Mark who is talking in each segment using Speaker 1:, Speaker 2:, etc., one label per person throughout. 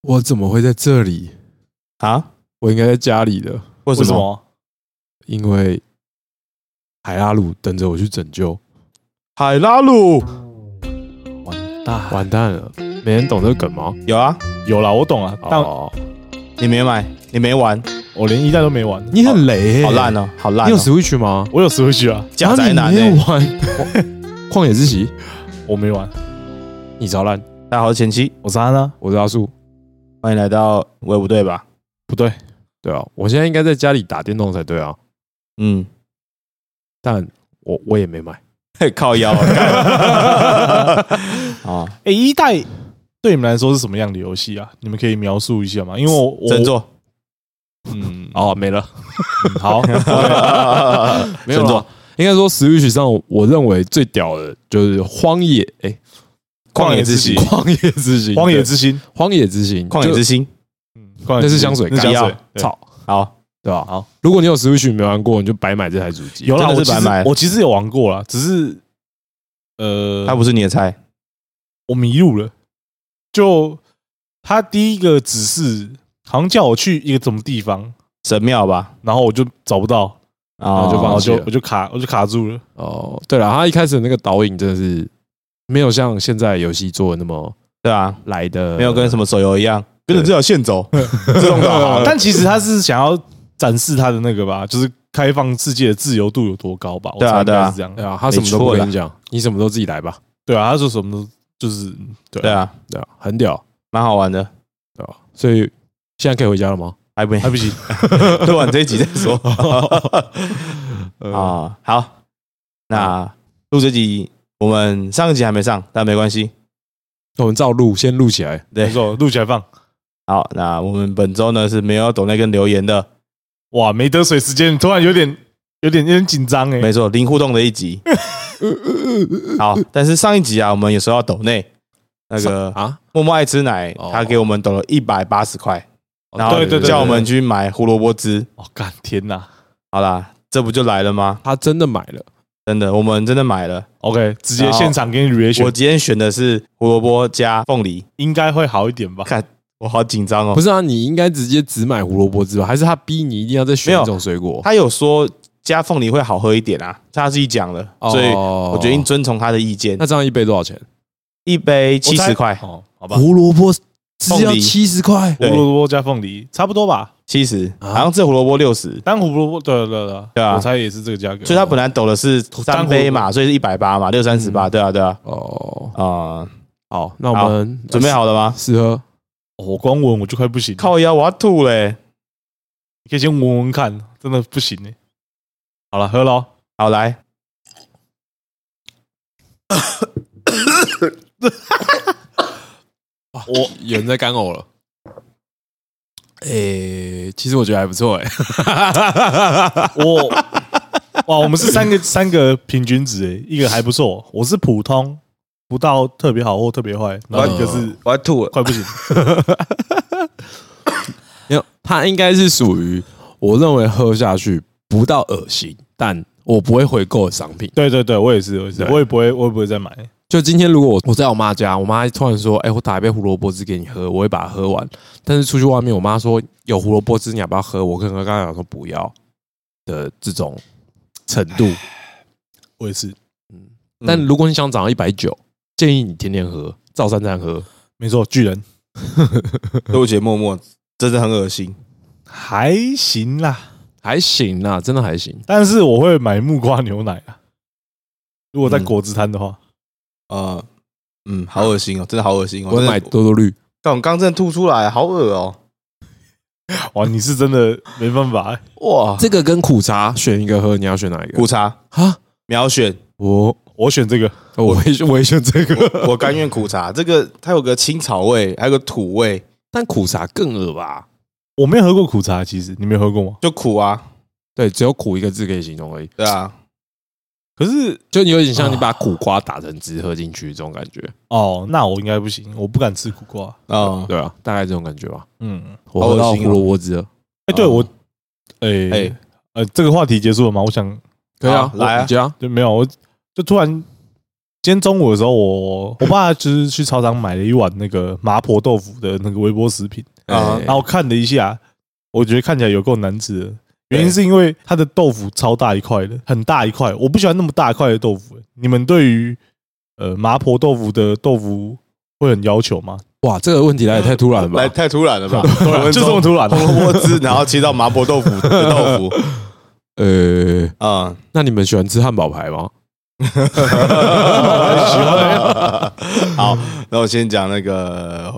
Speaker 1: 我怎么会在这里？
Speaker 2: 啊？
Speaker 1: 我应该在家里的，
Speaker 2: 为
Speaker 1: 什么
Speaker 2: 什么？
Speaker 1: 因为海拉鲁等着我去拯救。
Speaker 2: 海拉鲁
Speaker 1: 完蛋，完蛋了！没人懂这个梗吗？
Speaker 2: 有啊，
Speaker 3: 有啦，我懂啊，但
Speaker 1: 哦，
Speaker 2: 你没买，你没玩，
Speaker 3: 我连一代都没玩。
Speaker 1: 你很雷、欸，
Speaker 2: 好烂哦，好烂
Speaker 1: 你有
Speaker 2: 哦，
Speaker 1: Switch 吗？
Speaker 3: 我有 Switch 啊，
Speaker 2: 假宅
Speaker 1: 啊
Speaker 2: 男欸
Speaker 1: 你没有
Speaker 2: 呢？
Speaker 1: 玩 旷野之息，
Speaker 3: 我没玩。
Speaker 1: 你超烂。
Speaker 2: 大家好，前期
Speaker 3: 我啥呢？
Speaker 1: 我是阿树，
Speaker 2: 欢迎来到威武队吧。
Speaker 3: 不对，
Speaker 1: 对啊，我现在应该在家里打电动才对啊，
Speaker 2: 嗯，
Speaker 1: 但我我也没买。
Speaker 2: 靠腰啊啊，
Speaker 3: 哎、一代对你们来说是什么样的游戏啊？你们可以描述一下吗？因为我我
Speaker 2: 振作，
Speaker 3: 嗯，
Speaker 1: 哦，没了，
Speaker 3: 嗯好，
Speaker 1: 没有
Speaker 2: 振
Speaker 1: 了
Speaker 2: 作。
Speaker 1: 应该说 Switch 上，我认为最屌的就是《荒野》哎，
Speaker 2: 旷野之息，
Speaker 1: 荒野之心》《
Speaker 3: 荒野之心，
Speaker 1: 荒野之心》
Speaker 2: 旷野
Speaker 1: 就
Speaker 2: 之心。
Speaker 3: 嗯，旷野
Speaker 1: 那
Speaker 3: 之
Speaker 1: 是
Speaker 3: 心
Speaker 1: 香水，
Speaker 3: 那是
Speaker 1: 干
Speaker 3: 香水
Speaker 1: 药，
Speaker 3: 对
Speaker 1: 操，
Speaker 2: 好，
Speaker 1: 对吧？
Speaker 3: 好，
Speaker 1: 如果你有 Switch 没玩过，你就白买这台主机。
Speaker 3: 有啦，
Speaker 2: 真的是
Speaker 3: 我其
Speaker 2: 白
Speaker 3: 实
Speaker 2: 买
Speaker 3: 我其实有玩过啦，只是呃，
Speaker 2: 它不是你的菜。
Speaker 3: 我迷路了。就他第一个指示，好像叫我去一个什么地方，
Speaker 2: 神庙吧，
Speaker 3: 然后我就找不到，
Speaker 2: 啊
Speaker 1: 后就
Speaker 3: 然后
Speaker 1: 放
Speaker 3: 我
Speaker 1: 弃
Speaker 3: 就
Speaker 1: 了
Speaker 3: 我就卡我就卡 住了。
Speaker 1: 哦，对了，他一开始的那个导引真的是没有像现在游戏做的那么
Speaker 2: 对啊，
Speaker 1: 来的，
Speaker 2: 没有跟什么手游一样，跟着
Speaker 1: 对
Speaker 2: 这条线走，自动导航。
Speaker 3: 但其实他是想要展示他的那个吧，就是开放世界的自由度有多高吧？我
Speaker 2: 对啊
Speaker 3: 猜应该
Speaker 2: 对啊
Speaker 3: 是这样
Speaker 1: 对。啊，他什么都不
Speaker 2: 没错啦
Speaker 1: 跟你讲，你什么都自己来吧，
Speaker 3: 对啊，他说什么都就是对
Speaker 2: 对
Speaker 3: 啊，
Speaker 2: 啊，
Speaker 1: 对啊，很屌，
Speaker 2: 蛮好玩的，啊
Speaker 1: 对吧？所以现在可以回家了吗？
Speaker 2: 还不
Speaker 3: 还不行。
Speaker 2: 录完这一集再说。 啊，好，那录这集我们上一集还没上，但没关系。
Speaker 1: 哦我们照录，先录起来。
Speaker 2: 对
Speaker 3: 没错，录起来放。
Speaker 2: 好，那我们本周呢是没有抖内跟留言的，
Speaker 3: 哇，没得水时间，突然有点有点有点紧张哎。
Speaker 2: 没错，零互动的一集。好，但是上一集啊，我们有收到抖内那个
Speaker 1: 啊，
Speaker 2: 默默爱吃奶
Speaker 1: 哦，
Speaker 2: 他给我们抖了一百八十块，然后
Speaker 3: 哦对对对
Speaker 2: 叫我们去买胡萝卜汁。
Speaker 3: 哦，干天哪
Speaker 2: 好啦，这不就来了吗？
Speaker 1: 他真的买了，
Speaker 2: 真的，我们真的买了。
Speaker 3: ！OK，直接
Speaker 2: 然后
Speaker 3: 现场给你 reaction，
Speaker 2: 我今天选的是胡萝卜加凤梨，
Speaker 3: 应该会好一点吧？
Speaker 2: 看我好紧张哦
Speaker 1: 不。是啊？你应该直接只买胡萝卜汁吧？还是他逼你一定要再
Speaker 2: 没
Speaker 1: 选
Speaker 2: 有
Speaker 1: 一种水果？
Speaker 2: 他有说加凤梨会好喝一点啊，他自己讲了，
Speaker 3: 哦
Speaker 2: 所以
Speaker 1: 我
Speaker 2: 我决定遵从他的意见
Speaker 1: 那。这样一杯多少钱？
Speaker 2: 一杯
Speaker 3: 我
Speaker 2: 七
Speaker 3: 猜
Speaker 2: 十块，
Speaker 3: 哦，好吧，
Speaker 1: 胡萝卜
Speaker 2: 凤
Speaker 1: 汁要
Speaker 2: 梨
Speaker 1: 七十块，
Speaker 3: 胡
Speaker 2: 对
Speaker 3: 萝卜加凤梨差不多吧？
Speaker 2: 七十，
Speaker 1: 啊
Speaker 2: 好像这胡萝卜六十。
Speaker 3: 单胡萝卜对对对
Speaker 2: 对啊
Speaker 3: 我猜也是这个价格。
Speaker 2: 所以他本来抖的是
Speaker 3: 哦单
Speaker 2: 三
Speaker 3: 胡嗯
Speaker 2: 杯嘛，所以是一百八嘛，六三十八，对啊，对啊，
Speaker 1: 哦。
Speaker 2: 啊，
Speaker 1: 好，那我们
Speaker 2: 准备好了
Speaker 3: 嗯
Speaker 2: 吗？
Speaker 1: 试喝。
Speaker 3: 哦我光闻我就快不行了，
Speaker 2: 靠腰，我要吐嘞！
Speaker 3: 你可以先闻闻看，真的不行哎。好了，喝喽。
Speaker 2: 好来，
Speaker 1: 我有人在干呕了。诶、其实我觉得还不错诶、
Speaker 3: 我哇，我们 是三个三个平均值诶，一个还不错，我是普通，不到特别好或特别坏，
Speaker 2: 呃
Speaker 3: 然后一个是
Speaker 2: 我要吐了。
Speaker 3: 快 不行。
Speaker 1: 没有，它应该是属于我认为喝下去不到恶心，但我不会回购的商品。
Speaker 3: 对对对，我也是，我也是，
Speaker 1: 对
Speaker 3: 我也不会，我也不会再买。
Speaker 1: 就今天如果我我在我妈家，我妈突然说：“哎、我打一杯胡萝卜汁给你喝，我会把它喝完。”但是出去外面，我妈说有胡萝卜汁，你要不要喝？我可能刚刚讲说不要的这种程度。
Speaker 3: 我也是，
Speaker 1: 但
Speaker 2: 嗯
Speaker 1: 如果你想涨到一百九，建议你天天喝，照三餐喝。
Speaker 3: 没错，巨人
Speaker 2: 对不起，默默，真的很恶心。
Speaker 3: 还行啦，
Speaker 1: 还行啦，真的还行。
Speaker 3: 但是我会买木瓜牛奶啊。如果在
Speaker 2: 嗯
Speaker 3: 果汁摊的话，
Speaker 2: 呃，嗯，好恶心哦，真的好恶心哦。
Speaker 1: 我会
Speaker 2: 真的
Speaker 1: 买多多绿，
Speaker 2: 但我刚真的吐出来，好恶哦！
Speaker 3: 哇，你是真的没办法欸，
Speaker 2: 哇，
Speaker 1: 这个跟苦茶选一个喝，你要选哪一个
Speaker 2: 苦？茶
Speaker 1: 啊，
Speaker 2: 秒选，
Speaker 1: 我
Speaker 3: 我选这个，
Speaker 1: 哦我会选我会选这个，
Speaker 2: 我 甘愿苦茶。这个它有个青草味，还有个土味，
Speaker 1: 但苦茶更恶吧？
Speaker 3: 我没有喝过苦茶，其实你没有喝过吗？
Speaker 2: 就苦啊，
Speaker 1: 对，只有苦一个字可以形容而已。啊
Speaker 2: 对啊，
Speaker 3: 可是
Speaker 1: 就你有点像你把苦瓜打成汁喝进去这种感觉，
Speaker 3: 哦，那我应该不行，我不敢吃苦瓜。
Speaker 2: 啊，
Speaker 1: 对啊，大概这种感觉吧。
Speaker 3: 嗯，
Speaker 1: 我喝
Speaker 2: 好
Speaker 1: 到
Speaker 2: 恶心
Speaker 1: 胡
Speaker 2: 哦
Speaker 1: 萝卜汁了，
Speaker 3: 哎、对
Speaker 2: 哦
Speaker 3: 我，哎、
Speaker 2: 哎
Speaker 3: 呃，这个话题结束了吗？我想
Speaker 1: 可以啊
Speaker 2: 好，来啊
Speaker 1: 我你加
Speaker 3: 就没有，我就突然今天中午的时候，我我爸就是去超商买了一碗那个麻婆豆腐的那个微波食品，
Speaker 2: 啊
Speaker 1: 哎
Speaker 3: 然后看了一下，我觉得看起来有够难吃的。原因是因为它的豆腐超大一块的，很大一块，我不喜欢那么大一块的豆腐。你们对于呃麻婆豆腐的豆腐会很要求吗？
Speaker 1: 哇，这个问题来也太突然了
Speaker 2: 来
Speaker 1: 吧？
Speaker 2: 太突然了吧？
Speaker 3: 就这么突然哦
Speaker 2: 红萝卜汁，然后切到麻婆豆腐的豆腐，
Speaker 1: 呃，
Speaker 2: 嗯，
Speaker 1: 那你们喜欢吃汉堡排吗？
Speaker 2: 好，那我先讲那个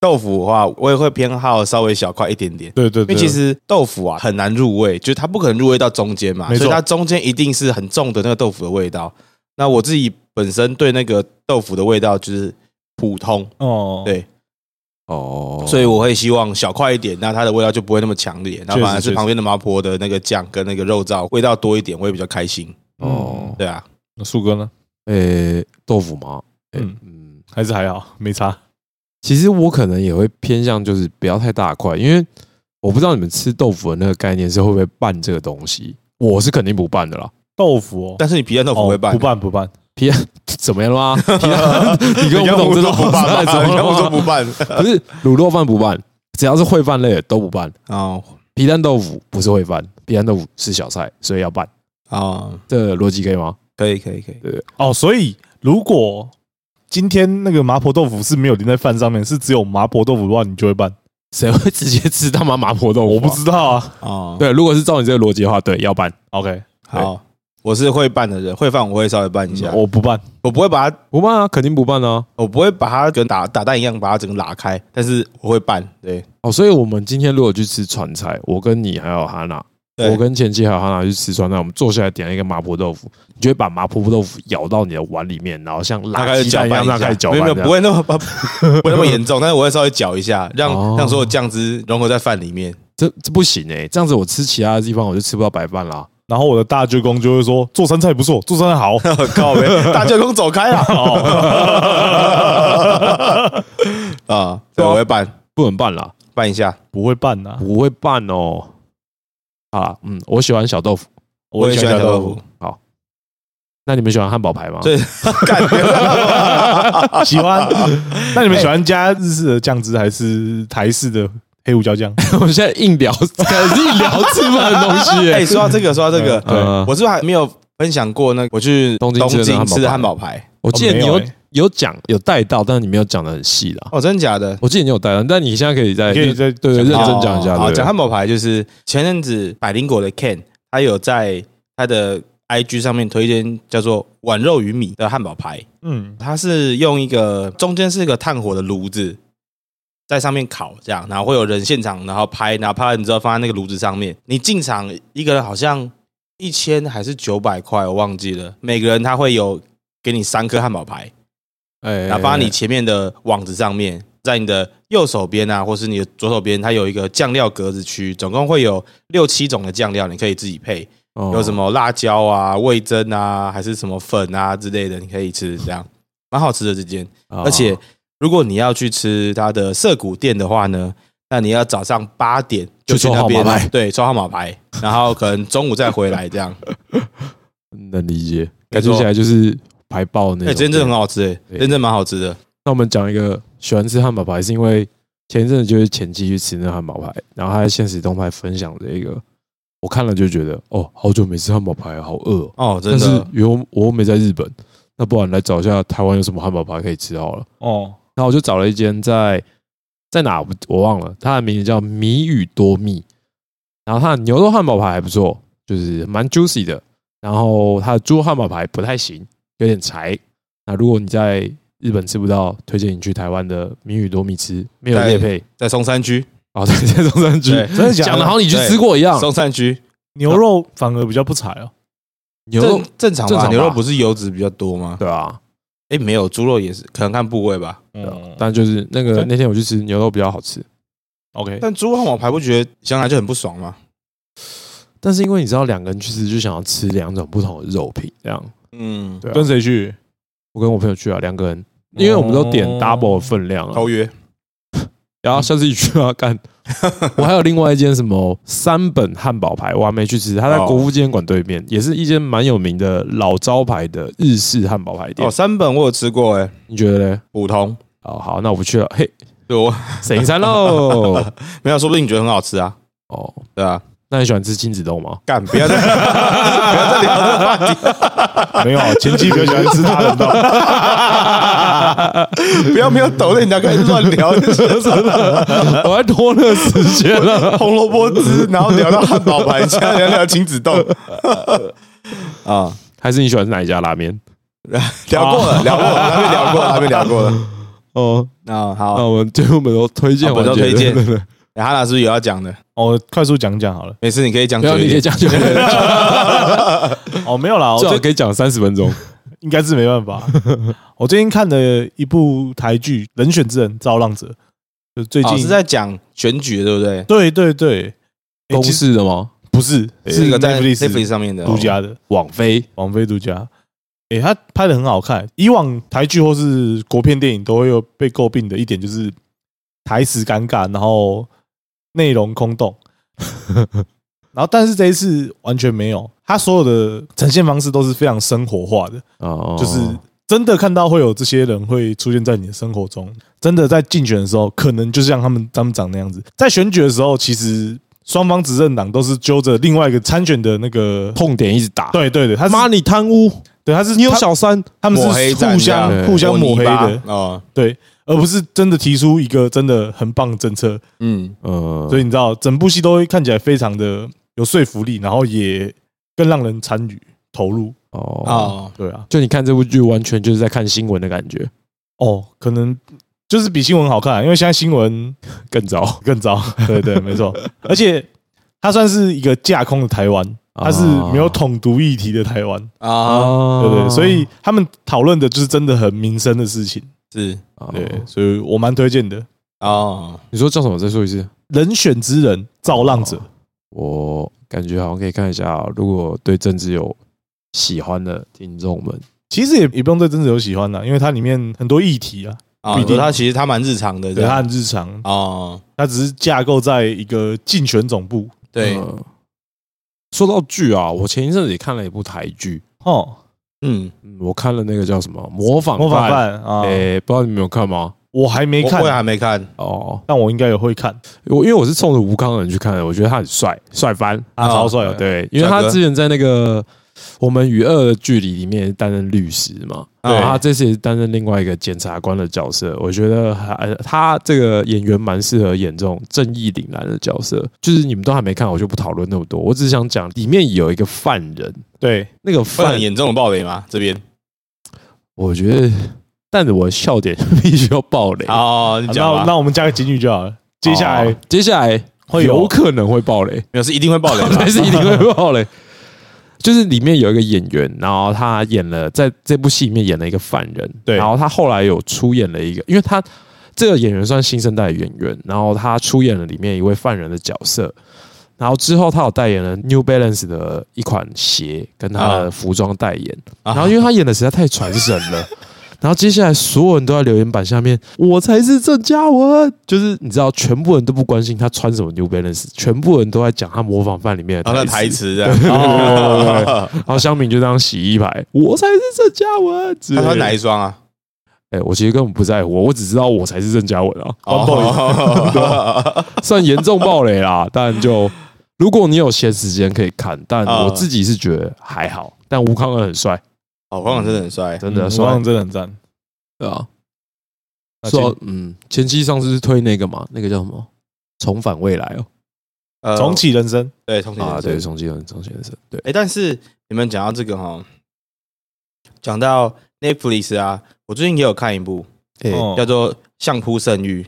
Speaker 2: 豆腐的话，我也会偏好稍微小块一点点。
Speaker 3: 对对
Speaker 2: 因为
Speaker 3: 对，
Speaker 2: 其实豆腐啊很难入味，就是它不可能入味到中间嘛，
Speaker 3: 没错
Speaker 2: 所以它中间一定是很重的那个豆腐的味道。那我自己本身对那个豆腐的味道就是普通，
Speaker 3: 哦，
Speaker 2: 对
Speaker 1: 哦，
Speaker 2: 所以我会希望小块一点，那它的味道就不会那么强烈，那
Speaker 3: 确实
Speaker 2: 反而
Speaker 3: 确
Speaker 2: 是
Speaker 3: 实
Speaker 2: 旁边的麻婆的那个酱跟那个肉燥味道多一点，我也比较开心。
Speaker 1: 哦
Speaker 3: 嗯，
Speaker 2: 对啊，
Speaker 3: 那树哥呢？
Speaker 1: 呃，豆腐吗？哎
Speaker 3: 嗯
Speaker 1: 嗯，
Speaker 3: 还是还好，没差。
Speaker 1: 其实我可能也会偏向就是不要太大块，因为我不知道你们吃豆腐的那个概念是会不会拌这个东西，我是肯定不拌的啦。
Speaker 3: 豆腐哦，
Speaker 2: 但是你皮蛋豆腐会
Speaker 3: 哦
Speaker 2: 拌，
Speaker 3: 不拌不拌，
Speaker 1: 怎么样啦？皮蛋你跟我不懂这
Speaker 2: 都
Speaker 1: 种
Speaker 2: 不
Speaker 1: 东西
Speaker 2: 拌吧，
Speaker 1: 怎
Speaker 2: 人
Speaker 1: 么
Speaker 2: 家我说
Speaker 1: 了
Speaker 2: 不
Speaker 1: 吗？
Speaker 2: 拌
Speaker 1: 不是卤肉饭不拌，只要是烩饭类的都不拌。
Speaker 2: 哦
Speaker 1: 皮蛋豆腐不是烩饭，皮蛋豆腐是小菜，所以要拌。
Speaker 2: 哦，
Speaker 1: 这逻辑可以吗？
Speaker 2: 可以可以可以，
Speaker 3: 哦，所以如果今天那个麻婆豆腐是没有淋在饭上面，是只有麻婆豆腐的话，你就会拌。
Speaker 1: 谁会直接吃他妈麻婆豆腐啊？
Speaker 3: 我不知道啊。
Speaker 2: 哦，
Speaker 1: 对，如果是照你这个逻辑的话，对，要拌
Speaker 3: OK，
Speaker 2: 好，我是会拌的人，会拌我会稍微拌一下，我
Speaker 3: 我不拌。
Speaker 2: 我不会把它，
Speaker 1: 不拌啊，肯定不拌啊。
Speaker 2: 我不会把它跟打打蛋一样把它整个拉开，但是我会拌，对
Speaker 1: 哦，所以我们今天如果去吃川菜，我跟你还有哈娜，
Speaker 2: 对，
Speaker 1: 我跟前妻还有哈娜去吃川菜，我们坐下来点了一个麻婆豆腐，你就会把麻婆豆腐咬到你的碗里面，然后像
Speaker 2: 大
Speaker 1: 拉
Speaker 2: 概
Speaker 1: 鸡蛋一样，那开始搅
Speaker 2: 没
Speaker 1: 拌
Speaker 2: 有
Speaker 1: 这
Speaker 2: 没有
Speaker 1: 样。
Speaker 2: 不会那么不会 那么严重，但是我会稍微搅一下，让
Speaker 1: 哦
Speaker 2: 让所有酱汁融合在饭里面。
Speaker 1: 这这不行哎、这样子我吃其他的地方我就吃不到白饭啦。
Speaker 3: 然后我的大舅公就会说：“做川菜不错，做川菜好。
Speaker 2: 靠呗，大舅公走开了。 哦 啊，对，我会拌
Speaker 1: 不能拌啦，
Speaker 2: 拌一下，”
Speaker 3: 不会拌呐、啊，
Speaker 1: 不会拌哦。好啦，嗯，我喜欢小豆腐，
Speaker 2: 我也喜欢
Speaker 3: 小
Speaker 2: 小豆腐。
Speaker 1: 那你们喜欢汉堡排吗？
Speaker 2: 所以 干哎别
Speaker 3: 腐， 喜欢。那你们喜欢加日式的酱汁还是台式的黑胡椒酱？
Speaker 1: 我们现在硬聊，开始硬聊吃饭的东西、
Speaker 2: 哎，
Speaker 1: 欸。
Speaker 2: 说到这个，说到这个，
Speaker 3: 对
Speaker 1: 呃
Speaker 2: 我是不是还没有分享过那个我去
Speaker 1: 东
Speaker 2: 东
Speaker 1: 京吃的那
Speaker 2: 京吃的
Speaker 1: 汉
Speaker 2: 汉
Speaker 1: 堡
Speaker 2: 堡排？
Speaker 1: 我记得你
Speaker 3: 哦没有
Speaker 1: 有
Speaker 3: 欸
Speaker 1: 有讲有带到，但是你没有讲的很细啦。
Speaker 2: 哦，真的假的？
Speaker 1: 我记得你有带到，但你现在可以再
Speaker 3: 你可以再
Speaker 1: 对对认
Speaker 3: 讲
Speaker 1: 真讲一下。对
Speaker 2: 哦好，好
Speaker 1: 不对
Speaker 2: 讲汉堡排就是前阵子百灵果的 Ken，他有在他的 IG 上面推荐叫做碗肉鱼米的汉堡排，
Speaker 3: 嗯，
Speaker 2: 它是用一个中间是一个炭火的炉子，在上面烤这样，然后会有人现场然后拍，然后拍完之后放在那个炉子上面。你进场一个人好像一千还是九百块，我忘记了。每个人他会有给你三颗汉堡排，
Speaker 1: 哎，
Speaker 2: 然后放在你前面的网子上面，在你的右手边啊，或是你的左手边，它有一个酱料格子区，总共会有六七种的酱料，你可以自己配，
Speaker 1: 哦
Speaker 2: 有什么辣椒啊、味增啊，还是什么粉啊之类的，你可以吃，这样蛮好吃的这间。
Speaker 1: 哦
Speaker 2: 而且如果你要去吃它的涩谷店的话呢，那你要早上八点就去那边
Speaker 1: 去抽号码牌，
Speaker 2: 对，抽号码牌，然后可能中午再回来这样。
Speaker 1: 能理解，
Speaker 2: 没
Speaker 1: 感
Speaker 2: 错
Speaker 1: 觉起来就是排爆那
Speaker 2: 哎、
Speaker 1: 种。
Speaker 2: 真的很好吃、
Speaker 1: 对
Speaker 2: 哎，真的蛮好吃的。
Speaker 1: 那我们讲一个喜欢吃汉堡排，是因为前一阵子就是前期去吃那汉堡排，然后他在现实动态分享这个，我看了就觉得哦，好久没吃汉堡排了，好饿哦、
Speaker 2: 哦，真
Speaker 1: 但是
Speaker 2: 的，
Speaker 1: 因为我我又没在日本，那不然来找一下台湾有什么汉堡排可以吃好了。
Speaker 3: 哦，
Speaker 1: 然后我就找了一间在在哪我我忘了，它的名字叫米与多蜜。然后它的牛肉汉堡排还不错，就是蛮 juicy 的。然后它的猪肉汉堡排不太行，有点柴。那如果你在日本吃不到，推荐你去台湾的米与多蜜吃，没有
Speaker 2: 对
Speaker 1: 叶配
Speaker 2: 在松山区，
Speaker 1: 哦，对， 在中山区
Speaker 2: 对，
Speaker 3: 真的假
Speaker 1: 讲
Speaker 3: 的
Speaker 1: 的好像你去
Speaker 2: 对
Speaker 1: 吃过一样。
Speaker 2: 松山区
Speaker 3: 牛肉反而比较不柴哦。
Speaker 1: 牛肉
Speaker 2: 正正常
Speaker 1: 正
Speaker 2: 吧？
Speaker 1: 常吧
Speaker 2: 牛肉不是油脂比较多吗？
Speaker 1: 对啊，
Speaker 2: 哎、没有，猪肉也是，可能看部位吧。
Speaker 1: 对啊
Speaker 3: 嗯
Speaker 1: 但就是那个
Speaker 3: 对
Speaker 1: 那天我去吃牛肉比较好吃，
Speaker 3: ，OK，
Speaker 2: 但猪汉堡排不觉得香来就很不爽吗？
Speaker 1: 但是因为你知道两个人去吃就想要吃两种不同的肉品，这样
Speaker 2: 嗯，
Speaker 1: 对啊
Speaker 3: 跟谁去？
Speaker 1: 我跟我朋友去啊，两个人，因为我们都点
Speaker 3: 哦
Speaker 1: double 的分量啊，
Speaker 2: 偷约。
Speaker 1: 然后下次一去啊，干！我还有另外一间什么三本汉堡排，我还没去吃，它在国父纪念馆对面，也是一间蛮有名的老招牌的日式汉堡排店
Speaker 2: 哦，。三本我有吃过，哎，
Speaker 1: 你觉得嘞？
Speaker 2: 普通。
Speaker 1: 哦，好，那我不去了。嘿，
Speaker 2: 对我
Speaker 1: 沈三喽。
Speaker 2: 没有，说不定你觉得很好吃啊，
Speaker 1: 哦，
Speaker 2: 对啊，
Speaker 1: 那你喜欢吃亲子冻吗？
Speaker 2: 干，不要再不要再聊这个话题，
Speaker 3: 没有啊，前期比较喜欢吃大人道，
Speaker 2: 不要没有抖的，你要开始乱 聊，
Speaker 1: 我还拖了时间了。
Speaker 2: 红萝卜汁，然后聊到汉堡排，现在聊聊亲子冻 啊，
Speaker 1: 还是你喜欢吃哪一家拉面？
Speaker 2: 聊过了，聊过了，还没聊过，还没聊过了。
Speaker 1: 哦，
Speaker 2: 啊，好，
Speaker 1: 那我们最后们都推荐
Speaker 2: 啊我
Speaker 1: 环
Speaker 2: 们
Speaker 1: 节，
Speaker 2: 都推荐
Speaker 1: 对对对
Speaker 2: 哎哈娜是不是有要讲的？
Speaker 3: 我哦快速讲讲好了。
Speaker 2: 没事，你可以讲
Speaker 1: 没有
Speaker 2: 久
Speaker 1: 你
Speaker 2: 一
Speaker 1: 可以
Speaker 2: 点。
Speaker 1: 讲就好了，
Speaker 3: 哦，没有啦，我
Speaker 1: 最好
Speaker 3: 最
Speaker 1: 可以讲三十分钟。
Speaker 3: 应该是没办法。我最近看的一部台剧《人选之人造浪者》，就最
Speaker 2: 哦，
Speaker 3: 近
Speaker 2: 是在讲选举，对不对？
Speaker 3: 对对对，诶
Speaker 1: 公
Speaker 3: 其实
Speaker 1: 式的吗？
Speaker 3: 不是
Speaker 2: 是
Speaker 3: 是
Speaker 2: 一个在
Speaker 3: Netflix
Speaker 2: Netflix 上面的哦
Speaker 3: 独家的，
Speaker 1: 网飞
Speaker 3: 王菲独家。诶，他拍的很好看。以往台剧或是国片电影都会有被诟病的一点就是台词尴尬，然后内容空洞。 然后，但是这一次完全没有，他所有的呈现方式都是非常生活化的。
Speaker 1: 哦，
Speaker 3: 就是真的看到会有这些人会出现在你的生活中，真的在竞选的时候，可能就像他们他们长那样子，在选举的时候，其实双方执政党都是揪着另外一个参选的那个，
Speaker 1: 痛点一直打。
Speaker 3: 对对对，
Speaker 2: 哦
Speaker 3: 他是
Speaker 1: 妈，你贪污，
Speaker 3: 对他是
Speaker 1: 你有
Speaker 3: 他
Speaker 1: 小三，
Speaker 3: 他们
Speaker 2: 抹黑
Speaker 3: 是
Speaker 2: 战
Speaker 3: 互
Speaker 1: 这
Speaker 3: 相
Speaker 1: 样
Speaker 3: 互相抹黑
Speaker 2: 抹
Speaker 3: 的
Speaker 2: 泥，巴哦，
Speaker 3: 对，而不是真的提出一个真的很棒的政策，
Speaker 2: 嗯，
Speaker 1: 呃，
Speaker 3: 所以你知道整部戏都会看起来非常的有说服力，然后也更让人参与投入，
Speaker 1: 哦，
Speaker 2: 哦，
Speaker 3: 对啊，
Speaker 1: 就你看这部剧，完全就是在看新闻的感觉，
Speaker 3: 哦，可能就是比新闻好看，因为现在新闻。
Speaker 1: 更糟。
Speaker 3: 更糟。 对对，没错。而且它算是一个架空的台湾，它是没有统独议题的台湾，
Speaker 2: 啊，
Speaker 1: 啊
Speaker 3: 对对。所以他们讨论的就是真的很民生的事情，
Speaker 2: 是
Speaker 3: 对
Speaker 1: 对，，
Speaker 3: 所以我蛮推荐的。
Speaker 2: 哦，
Speaker 1: 你说叫什么？再说一次。
Speaker 3: 人选之人，造浪者，
Speaker 1: 啊我感觉好像可以看一下啊，如果对政治有喜欢的听众们，
Speaker 3: 其实也也不用对真子有喜欢啦，因为它里面很多议题啊，
Speaker 2: 啊
Speaker 3: 不一，定
Speaker 2: 他其实他蛮日常的，
Speaker 3: 对，
Speaker 2: 对啊
Speaker 3: 它很日常，
Speaker 2: 哦，
Speaker 3: 它只是架构在一个竞选总部
Speaker 2: 对，
Speaker 1: 嗯说到剧啊，我前一阵子也看了一部台剧，
Speaker 3: 哦，
Speaker 2: 嗯，
Speaker 1: 嗯我看了那个叫什么《模仿
Speaker 3: 模仿犯啊，
Speaker 1: 哎，不知道你们有看吗？
Speaker 3: 我还没
Speaker 2: 我
Speaker 3: 看
Speaker 2: 我也，还没看，
Speaker 1: 哦，
Speaker 3: 但我应该也会看
Speaker 1: 我因为我是冲着吴康仁去看的，我觉得他很帅，帅翻。
Speaker 3: 啊，
Speaker 2: 啊
Speaker 3: 超帅
Speaker 1: 呃，
Speaker 3: 的，
Speaker 1: 对，因为
Speaker 2: 帅
Speaker 1: 他
Speaker 2: 哥
Speaker 1: 之前在那个《我们与恶的距离》里面担任律师嘛，
Speaker 2: 对
Speaker 1: 然后他这次也是担任另外一个检察官的角色，我觉得还呃他这个演员蛮适合演这种正义凛然的角色。就是你们都还没看，我就不讨论那么多，我只是想讲里面有一个犯人，
Speaker 3: 对，
Speaker 1: 那个
Speaker 2: 会
Speaker 1: 犯
Speaker 2: 很严重的暴雷吗？这边
Speaker 1: 我觉得，但是我的笑点 必须要爆雷。
Speaker 2: 哦，你
Speaker 3: 啊
Speaker 2: 讲
Speaker 3: 那
Speaker 2: 吧，
Speaker 3: 那我们加个警语就好了。接下来
Speaker 1: 哦接下来
Speaker 3: 会有
Speaker 1: 有可能会爆雷，
Speaker 2: 没有是一定会暴雷吧
Speaker 1: 还是一定会爆嘞。就是里面有一个演员，然后他演了在这部戏里面演了一个犯人，
Speaker 3: 对
Speaker 1: 然后他后来有出演了一个，因为他这个演员算新生代的演员，然后他出演了里面一位犯人的角色，然后之后他有代言了 New Balance 的一款鞋跟他的服装代言，
Speaker 2: 啊
Speaker 1: 然后因为他演的实在太传神了。 然后接下来，所有人都在留言板下面，我才是郑嘉文，就是你知道，全部人都不关心他穿什么 New Balance，全部人都在讲他模仿犯里面
Speaker 2: 然后
Speaker 1: 的
Speaker 2: 那台
Speaker 1: 台 词，
Speaker 2: 词这样，
Speaker 1: 哦然后香敏就当洗衣牌，我才是郑嘉文之类
Speaker 2: 他
Speaker 1: 的。
Speaker 2: 穿哪一双啊？
Speaker 1: 哎、我其实根本不在乎，我只知道我才是郑嘉文啊，
Speaker 2: 哦，
Speaker 1: 算严重暴雷啦。但就如果你有闲时间可以看，但
Speaker 2: 啊
Speaker 1: 我自己是觉得还好。但吴康恩很帅，
Speaker 2: 哦，黄广真的很帅，
Speaker 1: 真的
Speaker 3: 嗯
Speaker 1: 帅
Speaker 3: 汪，真的很赞。
Speaker 1: 对啊。
Speaker 3: 那
Speaker 1: 说
Speaker 3: 今
Speaker 1: 到嗯，前期上次是推那个嘛，那个叫什么《重返未来》哦，
Speaker 2: 呃
Speaker 3: 重启人生，
Speaker 2: 对重启
Speaker 1: 啊，对，
Speaker 2: 人生
Speaker 1: 重启人重启人生，对，
Speaker 2: 哎、但是你们讲到这个哈，讲到 Netflix 啊，我最近也有看一部
Speaker 1: 哎、
Speaker 3: 哦
Speaker 2: 叫做《相扑圣域》，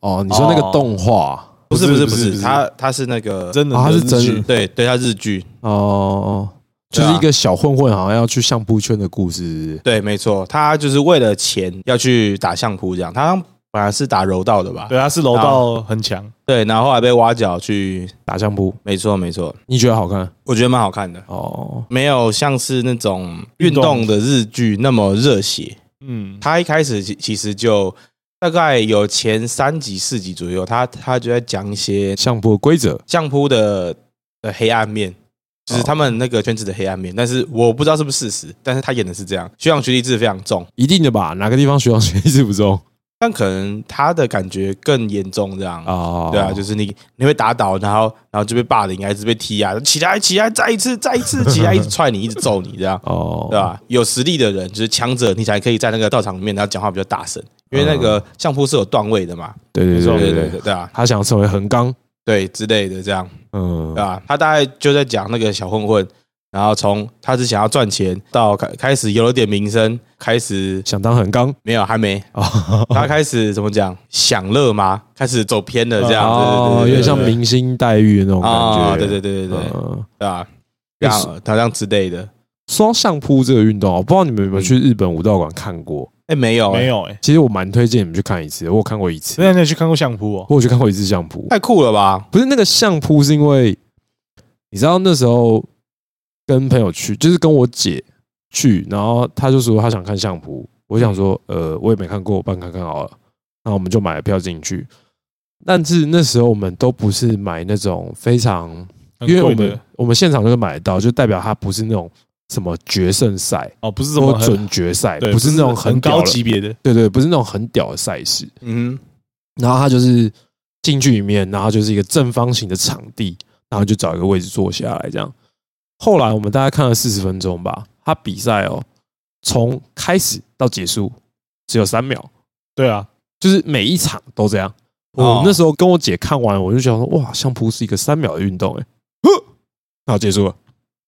Speaker 1: 哦，你说那个动画啊
Speaker 2: 不是
Speaker 3: 不
Speaker 2: 不
Speaker 3: 是
Speaker 2: 是不
Speaker 3: 不是
Speaker 2: 是
Speaker 3: 不，是
Speaker 2: 它它是那个
Speaker 3: 真的
Speaker 1: 啊他是真
Speaker 3: 剧
Speaker 1: 人
Speaker 2: 对对，它日剧，
Speaker 1: 哦哦，就是一个小混混好像要去相扑圈的故事，
Speaker 2: 对，没错，他就是为了钱要去打相扑这样，他好像本来是打柔道的吧？
Speaker 3: 对，他是柔道很强，
Speaker 2: 对，然后后来被挖角去，
Speaker 1: 打相扑，
Speaker 2: 没错没错，
Speaker 1: 你觉得好看？
Speaker 2: 我觉得蛮好看的，
Speaker 1: 哦，
Speaker 2: 没有像是那种
Speaker 3: 运
Speaker 2: 运
Speaker 3: 动
Speaker 2: 动的日剧那么热血，
Speaker 3: 嗯，
Speaker 2: 他一开始其其实就大概有前三集四集左右，他他就在讲一些
Speaker 1: 相扑的规则，
Speaker 2: 相扑的的黑暗面，就是
Speaker 1: 哦
Speaker 2: 他们那个圈子的黑暗面。但是我不知道是不是事实，但是他演的是这样，学长学弟制非常重，
Speaker 1: 一定的吧？哪个地方学长学弟制不中
Speaker 2: 但可能他的感觉更严重这样。
Speaker 1: 啊？
Speaker 2: 对啊，就是你你会打倒，然后然后就被霸凌，还是被踢啊？起来起来，再一次再一次起来，一直踹你，一直揍你这样。
Speaker 1: 哦，
Speaker 2: 对啊吧？有实力的人就是强者，你才可以在那个道场里面，然后讲话比较大声，因为那
Speaker 1: 嗯
Speaker 2: 个相扑是有段位的嘛。
Speaker 1: 对对对对对
Speaker 2: 对对啊，
Speaker 1: 他想成为横纲，
Speaker 2: 对之类的这样，
Speaker 1: 嗯
Speaker 2: 对，啊吧？他大概就在讲那个小混混，然后从他是想要赚钱到开开始有了点名声，开始
Speaker 1: 想当横纲
Speaker 2: 没有还没，
Speaker 1: 哦，
Speaker 2: 他开始怎么讲享乐吗？开始走偏 了这样，
Speaker 1: 哦，有
Speaker 2: 对对对对
Speaker 1: 点像明星待遇的那种感
Speaker 2: 啊，
Speaker 1: 觉，
Speaker 2: 对对对对对
Speaker 1: 嗯
Speaker 2: 对啊，这样他这样之类的，
Speaker 1: 说到相扑这个运动啊，我不知道你们有没有去日本武道馆看过？
Speaker 2: 哎，没有
Speaker 3: 没
Speaker 2: 有，
Speaker 3: 有哎，
Speaker 1: 其实我蛮推荐你们去看一次的，我有看过一次，
Speaker 3: 那你有去看过相扑哦？
Speaker 1: 我有去看过一次相扑，
Speaker 2: 太酷了吧？
Speaker 1: 不是那个相扑，是因为你知道那时候跟朋友去，就是跟我姐去，然后她就说她想看相扑，我想说呃我也没看过，我帮你看看好了，那我们就买了票进去。但是那时候我们都不是买那种非常，
Speaker 3: 很
Speaker 1: 因为我
Speaker 3: 贵
Speaker 1: 们
Speaker 3: 的
Speaker 1: 我们现场就买得到，就代表它不是那种什么决胜赛
Speaker 3: 哦，不是什
Speaker 1: 或
Speaker 3: 么很
Speaker 1: 准决赛，
Speaker 3: 对，
Speaker 1: 不是那种
Speaker 3: 很
Speaker 1: 屌
Speaker 3: 高
Speaker 1: 的
Speaker 3: 级别的，
Speaker 1: 对对，不是那种很屌的赛事。
Speaker 2: 嗯
Speaker 1: 然后他就是进去里面，然后就是一个正方形的场地，然后就找一个位置坐下来这样。后来我们大概看了四十分钟吧，他比赛哦，从开始到结束只有三秒，
Speaker 3: 对啊，
Speaker 1: 就是每一场都这样。
Speaker 2: 哦
Speaker 1: 我那时候跟我姐看完，我就想说，哇，相扑是一个三秒的运动、欸，哎， 然后结束了，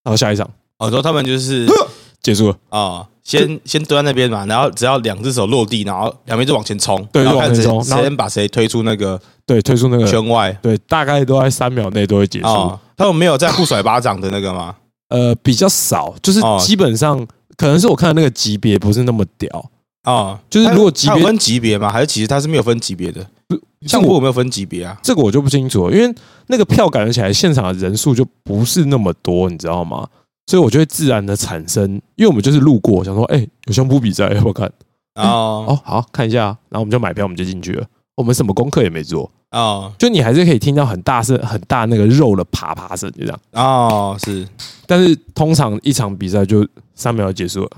Speaker 1: 然后下一场
Speaker 2: 哼，哦我说他 们就是。
Speaker 1: 结束了，
Speaker 2: 哦，先先蹲在那边嘛，然后只要两只手落地，然后两边就往前冲，
Speaker 1: 对
Speaker 2: 然
Speaker 1: 就
Speaker 2: 后
Speaker 1: 往
Speaker 2: 看
Speaker 1: 前
Speaker 2: 谁
Speaker 1: 冲然后
Speaker 2: 谁先把谁推出那个
Speaker 1: 对，推出那个，
Speaker 2: 圈外
Speaker 1: 对，大概都在三秒内都会结束。
Speaker 2: 哦，他们没有在互甩巴掌的那个吗？
Speaker 1: 呃，比较少，就是
Speaker 2: 哦
Speaker 1: 基本上、可能是我看的那个级别不是那么屌，
Speaker 2: 哦，
Speaker 1: 就是如果
Speaker 2: 他
Speaker 1: 级别
Speaker 2: 他有分级别吗？还是其实他是没有分级别的？
Speaker 1: 像
Speaker 2: 相扑
Speaker 1: 我
Speaker 2: 有没有分级别啊？
Speaker 1: 这个我就不清楚了，因为那个票感觉起来现场的人数就不是那么多，你知道吗？所以我就会自然的产生，因为我们就是路过，想说，哎、有相扑比赛，要不要看？
Speaker 2: 哦
Speaker 1: 哦，好看一下啊，然后我们就买票，我们就进去了。我们什么功课也没做，
Speaker 2: 哦
Speaker 1: 就你还是可以哦听到很大声、很大那个肉的啪啪声，就这样。
Speaker 2: 哦，是，
Speaker 1: 但是通常一场比赛就三秒就啊结束了，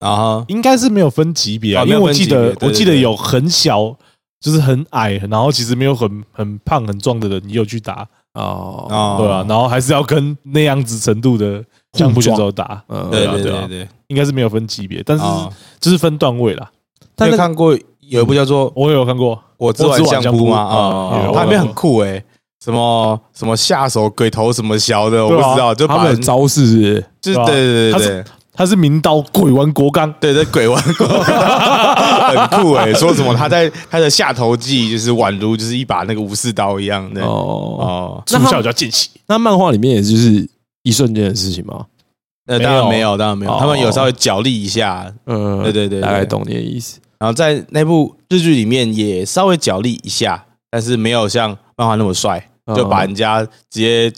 Speaker 2: 然后
Speaker 3: 应该是没有分级别啊，
Speaker 2: 哦
Speaker 3: 因为我记
Speaker 2: 没有
Speaker 3: 得
Speaker 2: 分级别对
Speaker 3: 我记得
Speaker 2: 对对
Speaker 3: 有很小，就是很矮，然后其实没有很很胖很壮的人也有去打，
Speaker 1: 哦，
Speaker 2: 哦，
Speaker 3: 对啊，然后还是要跟那样子程度的相扑选手打，
Speaker 1: 呃
Speaker 2: 对
Speaker 3: 啊
Speaker 2: 对
Speaker 3: 对
Speaker 2: 对
Speaker 3: 啊
Speaker 2: 对，
Speaker 3: 应该是没有分级别，但是
Speaker 2: 哦
Speaker 3: 就是分段位啦。
Speaker 2: 你
Speaker 1: 但
Speaker 2: 有
Speaker 1: 那个
Speaker 2: 看过有一部叫做《
Speaker 3: 我有看过，
Speaker 2: 我只玩相扑吗？
Speaker 3: 我
Speaker 2: 啊
Speaker 3: 只玩相扑，
Speaker 2: 它
Speaker 3: 啊
Speaker 2: 里面很酷诶，什么什么下手鬼头什么小的，我不
Speaker 3: 对啊
Speaker 2: 知道，就
Speaker 1: 他
Speaker 2: 把
Speaker 1: 们的
Speaker 2: 人
Speaker 1: 招式是不是
Speaker 2: 就是
Speaker 3: 对啊
Speaker 2: 对对
Speaker 3: 他
Speaker 2: 对
Speaker 3: 是
Speaker 2: 对
Speaker 3: 他是明刀鬼丸国纲，
Speaker 2: 对，这鬼玩过， 很酷哎、说什么他在他的下头技就是宛如就是一把那个武士刀一样的
Speaker 1: 哦，
Speaker 2: 哦。
Speaker 1: 那
Speaker 3: 从
Speaker 1: 他
Speaker 3: 小就要见血。
Speaker 1: 那漫画里面也就是一瞬间的事情吗？
Speaker 2: 那
Speaker 3: 没
Speaker 2: 呃当然
Speaker 3: 有
Speaker 2: 没有，当然没有，
Speaker 1: 哦
Speaker 2: 他们有稍微角力一下，
Speaker 1: 呃，
Speaker 2: 对对对对
Speaker 1: 大概懂你的意思。
Speaker 2: 然后在那部日剧里面也稍微角力一下，但是没有像漫画那么帅，
Speaker 1: 哦嗯
Speaker 2: 就把人家直接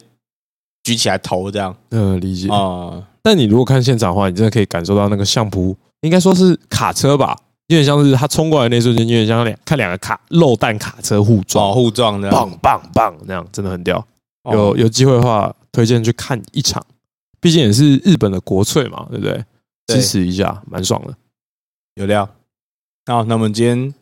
Speaker 2: 举起来头这样
Speaker 1: 嗯理解。
Speaker 2: 哦。
Speaker 1: 但你如果看现场的话，你真的可以感受到那个相扑，应该说是卡车吧，有点像是他冲过来那瞬间，有点像两看两个卡肉弹卡车互
Speaker 2: 哦，
Speaker 1: 撞，
Speaker 2: 互撞的，
Speaker 1: 棒棒棒那样，真的很屌。
Speaker 2: 哦
Speaker 1: 有有机会的话，推荐去看一场，毕竟也是日本的国粹嘛，对不对？
Speaker 2: 对
Speaker 1: 支持一下，蛮爽的。
Speaker 2: 有料。好，那我们今天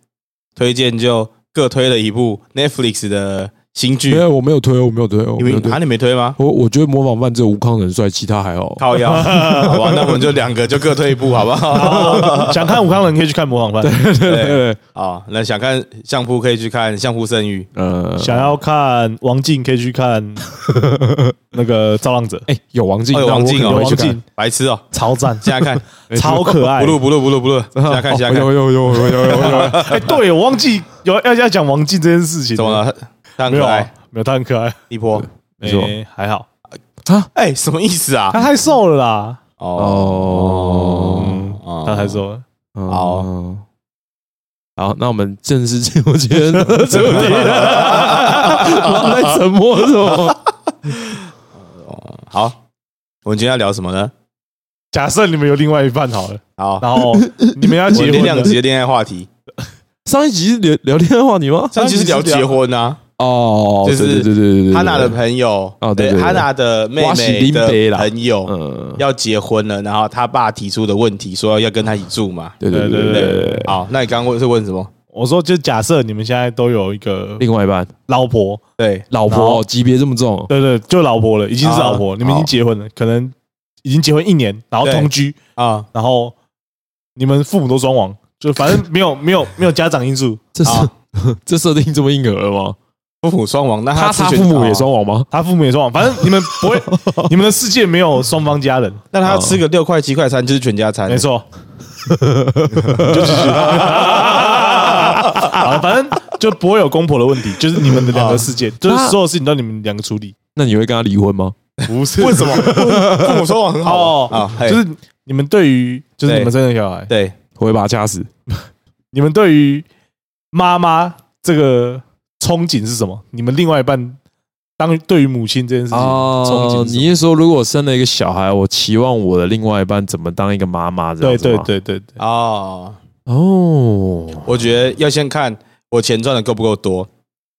Speaker 2: 推荐就各推了一部 Netflix 的新剧
Speaker 1: 没，有，我没有推哦，我没有推哦，我
Speaker 2: 因
Speaker 1: 没有
Speaker 2: 为
Speaker 1: 推
Speaker 2: 啊，。你没推吗？
Speaker 1: 我我觉得模仿犯只有吴康仁帅，其他还好。
Speaker 2: 靠腰，好吧，那我们就两个就各退一步，好不好？
Speaker 3: 想看武康人可以去看模仿犯，
Speaker 1: 对对对，
Speaker 2: 好，那想看相扑可以去看《相扑圣域
Speaker 1: 呃，
Speaker 3: 想要看王静可以去看那个造浪者，
Speaker 1: 哎，有王静，
Speaker 2: 哦有
Speaker 1: 那
Speaker 2: 王
Speaker 1: 我
Speaker 2: 静
Speaker 1: 可
Speaker 2: 哦
Speaker 1: 能会
Speaker 3: 有
Speaker 1: 去
Speaker 3: 王
Speaker 1: 看
Speaker 3: 静》，
Speaker 2: 白痴哦，
Speaker 3: 超赞，
Speaker 2: 现在看，
Speaker 3: 超可爱
Speaker 2: 不。录不录不录不录， 现在看现在看，
Speaker 1: 哦有有有有有有有，
Speaker 3: 哎，对我忘记有要要讲王静这件事情，
Speaker 2: 怎么？了？他很
Speaker 3: 没
Speaker 2: 可
Speaker 3: 有啊
Speaker 2: 爱，，
Speaker 3: 没有，他很可爱，
Speaker 2: 一波，
Speaker 1: 没错
Speaker 3: 哎还好，
Speaker 2: 哎，什么意思啊
Speaker 3: 他？太瘦了啦。
Speaker 1: 哦
Speaker 2: 哦
Speaker 3: 他还说
Speaker 1: 好哦好，那我们正式进入今天 的主题了。我在沉默什么？
Speaker 2: 好，我们今天要聊什么呢？
Speaker 3: 假设你们有另外一半好了，
Speaker 2: 好，
Speaker 3: 然后你们要
Speaker 2: 我
Speaker 3: 结
Speaker 2: 们
Speaker 3: 婚
Speaker 2: 两
Speaker 3: 了，
Speaker 2: 集的恋爱话题，
Speaker 1: 上一集是聊聊恋爱话题吗？
Speaker 2: 上期是聊结婚啊，
Speaker 1: 哦，
Speaker 2: 就是
Speaker 1: 对对对对对对，
Speaker 2: 他娜的朋友，
Speaker 1: 哦对对对
Speaker 2: 他娜的妹
Speaker 1: 我是
Speaker 2: 妹
Speaker 1: 林北
Speaker 2: 的
Speaker 1: 啦
Speaker 2: 朋友
Speaker 1: 嗯，
Speaker 2: 要结婚了，然后他爸提出的问题，说要跟他一起住嘛。
Speaker 1: 对对对对对啊对对，
Speaker 2: 好，那你刚刚问是问什么？
Speaker 3: 我说，就假设你们现在都有一个
Speaker 1: 另外一半
Speaker 3: 老婆，
Speaker 2: 对，
Speaker 1: 老
Speaker 3: 然
Speaker 1: 婆
Speaker 3: 后
Speaker 1: 级别这么重，
Speaker 3: 对对，就老婆了，已经是
Speaker 2: 啊
Speaker 3: 老婆，你们已经结婚了，可能已经结婚一年，然后
Speaker 2: 对
Speaker 3: 同居，
Speaker 2: 啊，
Speaker 3: 然后你们父母都双亡，就反 正没有没有没有家长因素，
Speaker 1: 这是
Speaker 2: 好
Speaker 1: 这设定这么硬核了吗？
Speaker 2: 父母啊双亡，那
Speaker 1: 啊他
Speaker 2: 他
Speaker 1: 他
Speaker 2: 自
Speaker 1: 父
Speaker 2: 选
Speaker 1: 母也
Speaker 2: 哦
Speaker 1: 双亡吗？
Speaker 3: 他父母也双亡，反正你们不会， 你们的世界没有双方家人，
Speaker 2: 那他吃个六块七块餐就是全家餐，
Speaker 3: 没错， 就是 好，反正就不会有公婆的问题，就是你们的两个世界，
Speaker 2: 啊
Speaker 3: 就是所有事情都你们两个处理，
Speaker 1: 那你会跟他离婚吗？
Speaker 3: 不是
Speaker 2: 为什 么？父母双亡很好
Speaker 3: 哦
Speaker 2: 啊，嘿
Speaker 3: 就是你们对于就是你们生的小孩，
Speaker 2: 对
Speaker 1: 我会把他掐死。
Speaker 3: 你们对于妈妈这个憧憬是什么？你们另外一半当对于母亲这件事情憧憬
Speaker 1: 哦，
Speaker 3: 是什么
Speaker 1: 你是说如果生了一个小孩，我期望我的另外一半怎么当一个妈妈这
Speaker 3: 对
Speaker 1: 样子
Speaker 3: 对
Speaker 1: 吗？
Speaker 3: 对对对，
Speaker 2: 哦，
Speaker 1: 对，哦，
Speaker 2: 我觉得要先看我钱赚的够不够多。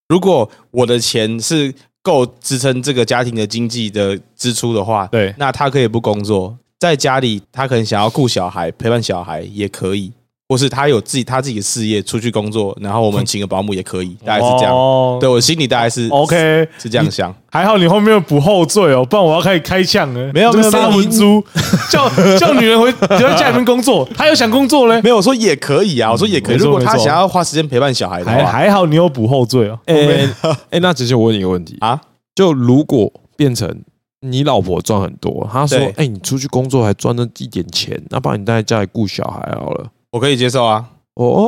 Speaker 2: 如果我的钱是够支撑这个家庭的经济的支出的话，
Speaker 3: 对
Speaker 2: 那他可以不工作，在家里他可能想要顾小孩、陪伴小孩也可以，或是他有自己他自己的事业出去工作，然后我们请个保姆也可以，大概是这样。
Speaker 3: 哦
Speaker 2: 对我心里大概是
Speaker 3: ，OK，
Speaker 2: 是这样想。
Speaker 3: 还好你后面补后缀哦，不然我要开始开枪了。
Speaker 2: 没有
Speaker 3: 这个
Speaker 2: 没有
Speaker 3: 杀
Speaker 2: 没有
Speaker 3: 文猪， 叫叫女人回留在家里面工作，她又想工作嘞。
Speaker 2: 没有，我说也可以啊，我说也可以。
Speaker 3: 嗯没错
Speaker 2: 如果他
Speaker 3: 没错
Speaker 2: 想要花时间陪伴小孩的
Speaker 3: 还
Speaker 2: 话，
Speaker 3: 还好你有补后缀哦。
Speaker 1: 哎哎，那姐姐，我问你一个问题
Speaker 2: 啊，
Speaker 1: 就如果变成你老婆赚很多，她说
Speaker 2: 对：“
Speaker 1: 哎，你出去工作还赚那一点钱，那不然你待在家里顾小孩好了。
Speaker 2: 我可以接受啊，”
Speaker 1: 哦，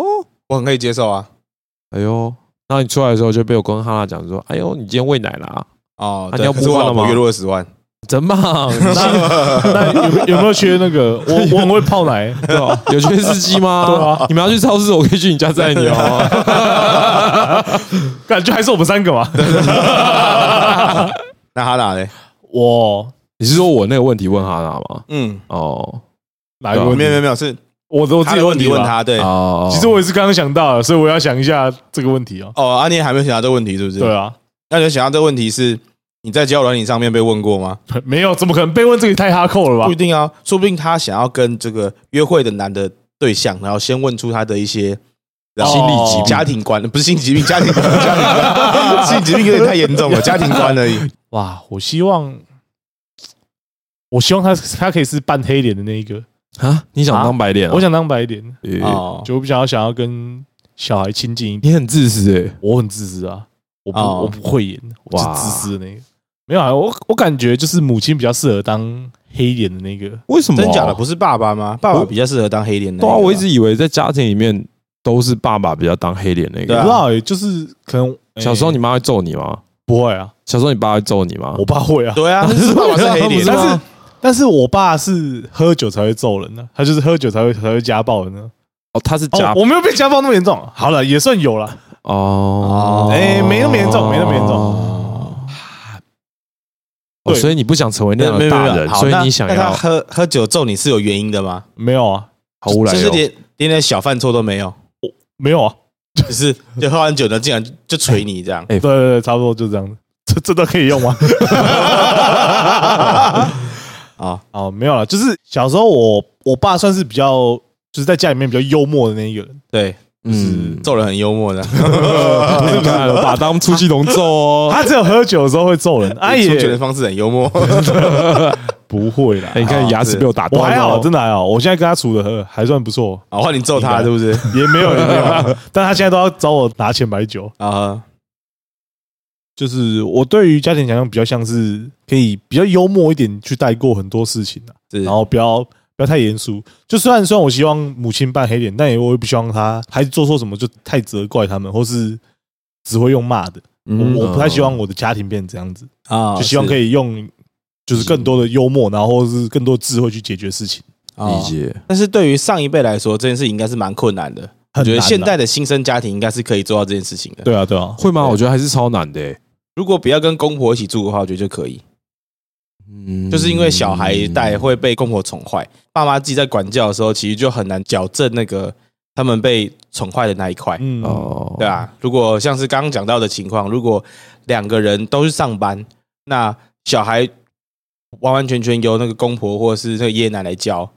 Speaker 2: 我很可以接受啊。
Speaker 1: 哎呦，然后你出来的时候就被我跟哈娜讲说：“哎呦，你今天喂奶啦、
Speaker 2: 哦，
Speaker 1: 啊你
Speaker 2: 对
Speaker 1: 要
Speaker 2: 可是我
Speaker 1: 不换
Speaker 2: 老
Speaker 1: 了
Speaker 2: 婆
Speaker 1: 吗
Speaker 2: 月入二十万，
Speaker 1: 真棒，
Speaker 3: 那有没有有没有缺那个？我我很会泡奶，
Speaker 1: 对吧？有缺司机吗？
Speaker 3: 对啊
Speaker 1: 你们要去超市，我可以去你家载你哦。
Speaker 3: 感觉还是我们三个嘛。
Speaker 2: 那他哪嘞？
Speaker 3: 我
Speaker 1: 你是说我那个问题问哈娜吗？
Speaker 2: 嗯，
Speaker 1: 哦
Speaker 3: 哪一个
Speaker 1: 对啊
Speaker 3: 问
Speaker 2: 没
Speaker 3: 题
Speaker 2: 有没有没有，是
Speaker 3: 我的我自
Speaker 2: 他
Speaker 3: 己
Speaker 2: 的
Speaker 3: 的
Speaker 2: 问题
Speaker 3: 吧啊
Speaker 2: 问。他，对。
Speaker 1: 哦，
Speaker 3: 其实我也是刚刚想到的，所以我要想一下这个问题哦。
Speaker 2: 哦，阿念还没有想到这个问题，是不是？
Speaker 3: 对。啊，
Speaker 2: 那你想到这个问题是你在交友软体上面被问过吗？
Speaker 3: 没有，怎么可能被问这个也太哈扣了吧
Speaker 2: 不一？定啊，说不定他想要跟这个约会的男的对象，然后先问出他的一些然后
Speaker 3: 心理疾病
Speaker 2: 家庭观，不是心理疾病，家庭观，家庭观， 心理疾病有点太严重了，家庭观而已。
Speaker 3: 哇，我希望，我希望他他可以是扮黑脸的那一个，
Speaker 1: 啊，你想当白脸啊？
Speaker 3: 我想当白脸，
Speaker 1: 诶
Speaker 2: 哦，
Speaker 3: 就我比较想要跟小孩亲近一点。
Speaker 1: 你很自私哎。
Speaker 3: 我很自私啊，我不
Speaker 2: 哦
Speaker 3: 我不会演，我是
Speaker 1: 哇
Speaker 3: 自私的那个。没有啊，我我感觉就是母亲比较适合当黑脸的那个。
Speaker 1: 为什么？
Speaker 2: 真假的不是爸爸吗？爸爸
Speaker 1: 我
Speaker 2: 比较适合当黑脸的。
Speaker 1: 对啊，我一直以为在家庭里面都是爸爸比较当黑脸那
Speaker 2: 对
Speaker 3: 不
Speaker 2: 啊
Speaker 1: 个
Speaker 3: 知。道欸，就是可能欸
Speaker 1: 小时候你哦妈会揍你吗？
Speaker 3: 不会啊，
Speaker 1: 小时候你爸会揍你吗？
Speaker 3: 我爸会啊，
Speaker 2: 对啊，但是爸爸是黑 脸，
Speaker 3: 但
Speaker 1: 不
Speaker 3: 是啊
Speaker 1: 吗
Speaker 3: 但是我爸是喝酒才会揍人的、他就是喝酒才会才会家暴人呢、
Speaker 1: 哦，他是
Speaker 3: 哦
Speaker 1: 家，
Speaker 3: 我没有被家暴那么严重，啊好了，也算有了。
Speaker 1: 哦，
Speaker 3: 哎没那么严重没那么严重
Speaker 1: 哦
Speaker 3: 对
Speaker 1: 所以你不想成为那
Speaker 2: 没
Speaker 1: 样
Speaker 2: 有没
Speaker 1: 的
Speaker 2: 有
Speaker 1: 大
Speaker 2: 没有
Speaker 1: 人，
Speaker 2: 好
Speaker 1: 所以
Speaker 2: 那
Speaker 1: 你想
Speaker 2: 那他
Speaker 1: 要
Speaker 2: 喝喝酒揍你是有原因的吗？
Speaker 3: 没有啊，
Speaker 1: 毫无来
Speaker 2: 就是
Speaker 1: 由。
Speaker 2: 连连点小犯错都没有，
Speaker 3: 没有啊，
Speaker 2: 就是就喝完酒呢，竟然就捶你这样。
Speaker 1: 哎
Speaker 3: 对对对，差不多就这样子。 这这都可以用 吗？
Speaker 2: 啊，
Speaker 3: 哦，没有了，就是小时候我我爸算是比较，就是在家里面比较幽默的那一个人，
Speaker 2: 对，
Speaker 1: 嗯，
Speaker 2: 揍人很幽默的，
Speaker 1: 不是把当出气筒揍哦。
Speaker 3: 他只有喝酒的时候会揍人，啊
Speaker 2: 出拳的
Speaker 3: 也
Speaker 2: 方式很幽 默。
Speaker 3: 不会啦
Speaker 1: 哎，。你看牙齿被我打
Speaker 3: 我
Speaker 1: 断了，
Speaker 3: 还好，真的还好，我现在跟他处的还算不错，
Speaker 2: 啊，换你揍他是不是？
Speaker 3: 也没有也没有， 但他现在都要找我拿钱买酒，
Speaker 2: 啊，
Speaker 3: 就是我对于家庭想象比较像是可以比较幽默一点去带过很多事情啊，
Speaker 2: 是
Speaker 3: 然后不要不要太严肃。就虽然虽然我希望母亲扮黑脸，但也我也不希望她孩子做错什么就太责怪他们，或是只会用骂的。
Speaker 2: 嗯
Speaker 3: 我我不太希望我的家庭变成这样子，
Speaker 2: 啊
Speaker 3: 就希望可
Speaker 2: 以
Speaker 3: 以用就是更多的幽默，然后或是更多智慧去解决事情。
Speaker 1: 理。解。
Speaker 2: 但是啊对于上一辈来说，这件事情应该是蛮困难的。我
Speaker 3: 很
Speaker 2: 觉得
Speaker 3: 难啊
Speaker 2: 现哦在的新生家庭应该是可以做到这件事情的。
Speaker 3: 对啊对啊，
Speaker 1: 会吗？我觉得还是超难的欸。
Speaker 2: 如果不要跟公婆一起住的话，我觉得就可以，
Speaker 1: 嗯，
Speaker 2: 就是因为小孩一代会被公婆宠坏，爸妈自己在管教的时候，其实就很难矫正那个他们被宠坏的那一块。
Speaker 3: 嗯，
Speaker 1: 哦，
Speaker 2: 对，啊，如果像是刚刚讲到的情况，如果两个人都是上班，那小孩完完全全由那个公婆或是那个爷爷奶奶教，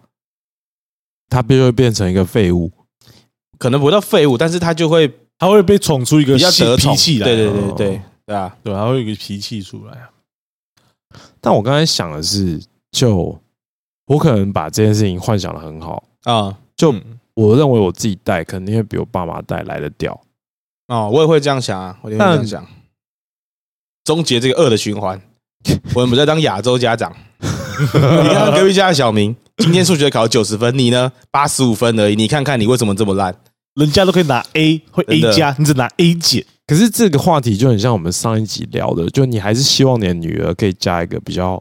Speaker 1: 他就会变成一个废物。
Speaker 2: 可能不到废物，但是他就会
Speaker 3: 他会被宠出一个
Speaker 2: 比较
Speaker 3: 气
Speaker 2: 得宠
Speaker 3: 脾气来，啊
Speaker 2: 对对
Speaker 1: 哦
Speaker 2: 对对对啊，
Speaker 3: 对，他会有一个脾气出来啊。
Speaker 1: 但我刚才想的是，就我可能把这件事情幻想的很好，
Speaker 2: 啊、
Speaker 1: 就
Speaker 3: 嗯
Speaker 1: 我认为我自己带肯定会比我爸妈带来的屌。
Speaker 2: 哦，我也会这样想啊，我也会这样想，终结这个恶的循环。我们在当亚洲家长，你看隔壁家的小明，今天数学考九十分，你呢八十五分而已，你看看你为什么这么烂？
Speaker 3: 人家都可以拿 A 会
Speaker 2: 真
Speaker 3: A
Speaker 2: 的
Speaker 3: 加，你只拿 A 减，
Speaker 1: 可是这个话题就很像我们上一集聊的，就你还是希望你的女儿可以嫁一个比较，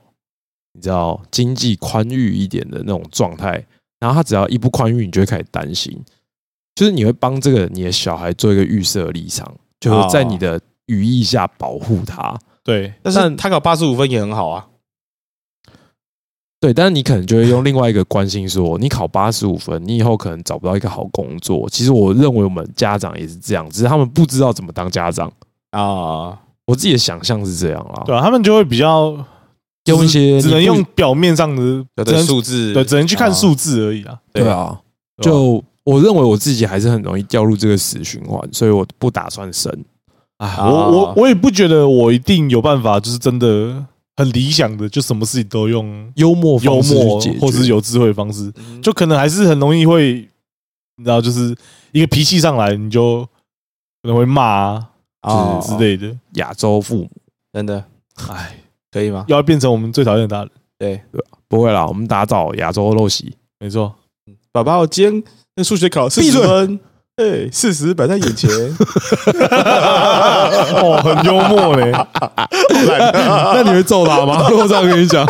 Speaker 1: 你知道经济宽裕一点的那种状态。然后她只要一不宽裕，你就会开始担心，就是你会帮这个你的小孩做一个预设立场，就是在你的语义下保护他。
Speaker 3: 对，
Speaker 2: 但是他考八十五分也很好啊，
Speaker 1: 对，但是你可能就会用另外一个关心说，你考八十五分，你以后可能找不到一个好工作。其实我认为我们家长也是这样，只是他们不知道怎么当家长。
Speaker 2: 啊、
Speaker 1: 我自己的想象是这样啦，
Speaker 3: 对啊，他们就会比较
Speaker 1: 用一些
Speaker 3: 只能
Speaker 1: 你不
Speaker 3: 用表面上的，
Speaker 2: 有的
Speaker 3: 只能
Speaker 2: 数字
Speaker 3: 对，只能去看
Speaker 2: 啊
Speaker 3: 数字而已啊。
Speaker 2: 对
Speaker 1: 对啊，
Speaker 3: 对吧
Speaker 1: 就我认为我自己还是很容易掉入这个死循环，所以我不打算生。
Speaker 3: 啊我我
Speaker 2: 哦
Speaker 3: 我也不觉得我一定有办法，就是真的很理想的，就什么事情都用
Speaker 1: 幽默
Speaker 3: 幽
Speaker 1: 方式
Speaker 3: 默
Speaker 1: 去解决
Speaker 3: 或是有智慧的方式，
Speaker 2: 嗯
Speaker 3: 就可能还是很容易会，你知道，就是一个脾气上来，你就可能会骂啊
Speaker 2: 哦
Speaker 3: 之之类的。
Speaker 1: 亚洲父母
Speaker 2: 真的
Speaker 3: 哎，
Speaker 2: 可以吗？
Speaker 3: 要变成我们最讨厌的大人，
Speaker 2: 对，
Speaker 1: 不会啦，我们打造亚洲陋习。
Speaker 3: 没错。
Speaker 2: 嗯宝宝，我今天那数学考四
Speaker 3: 闭
Speaker 2: 十
Speaker 3: 嘴
Speaker 2: 分，哎，事实摆在眼前，
Speaker 3: 哦，很幽默嘞。
Speaker 1: 那你会揍他吗？如果这样跟你 讲，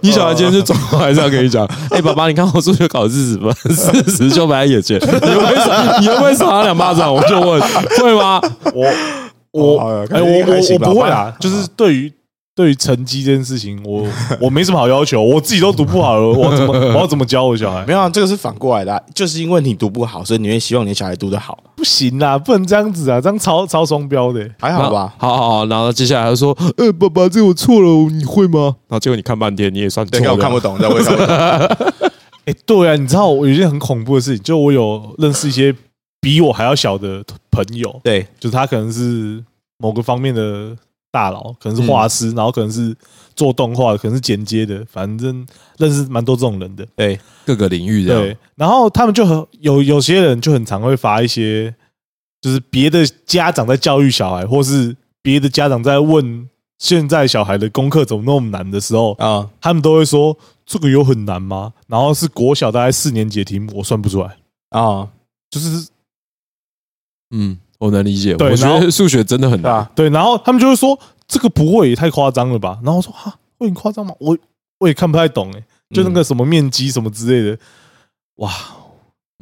Speaker 1: 你小孩今天是状况还是这样跟你 讲？哎、爸爸，你看我数学考四十分，四十就摆在眼前，你会不会 赏？你会不会赏他两巴掌？我就问，会吗？
Speaker 3: 我
Speaker 2: 好了
Speaker 3: 我
Speaker 2: 感
Speaker 3: 哎，
Speaker 2: 觉
Speaker 3: 我
Speaker 2: 还
Speaker 3: 我
Speaker 2: 行
Speaker 3: 我
Speaker 2: 吧
Speaker 3: 不会啦，就是对于。对于成绩这件事情，我我没什么好要求，我自己都读不好了，我要怎么我要怎么教我小孩
Speaker 2: 没？有啊，这个是反过来的啊，就是因为你读不好，所以你会希望你的小孩读得好，
Speaker 3: 不行啦，不能这样子啊，这样超超双标的、欸
Speaker 2: 还好吧？
Speaker 1: 哎好好好，然后接下来他说：“呃、爸爸，这我错了，你会吗？”然后结果你看半天，你也算错
Speaker 2: 对，看
Speaker 1: 了。
Speaker 2: 我看不懂，对，我也看不懂。
Speaker 3: 哎、对啊，你知道我有一件很恐怖的事情，就我有认识一些比我还要小的朋友，
Speaker 2: 对，
Speaker 3: 就是他可能是某个方面的大佬，可能是画师，然后可能是做动画的，可能是剪接的，反正认识蛮多这种人的。
Speaker 2: 对，
Speaker 1: 各个领域这样
Speaker 3: 对，然后他们就很有有些人就很常会发一些，就是别的家长在教育小孩，或是别的家长在问现在小孩的功课怎么那么难的时候，
Speaker 2: 啊，
Speaker 3: 他们都会说这个有很难吗？然后是国小大概四年级的题目，我算不出来，
Speaker 2: 啊，
Speaker 3: 就是
Speaker 1: 嗯，我能理解。
Speaker 3: 对
Speaker 1: 我觉
Speaker 3: 然后
Speaker 1: 得数学真的很
Speaker 2: 对
Speaker 1: 难。
Speaker 2: 吧？
Speaker 3: 对，啊然后他们就会说这个不会也太夸张了吧？然后我说哈，会很夸张吗？我我也看不太懂哎、就那个什么面积什么之类的，哇，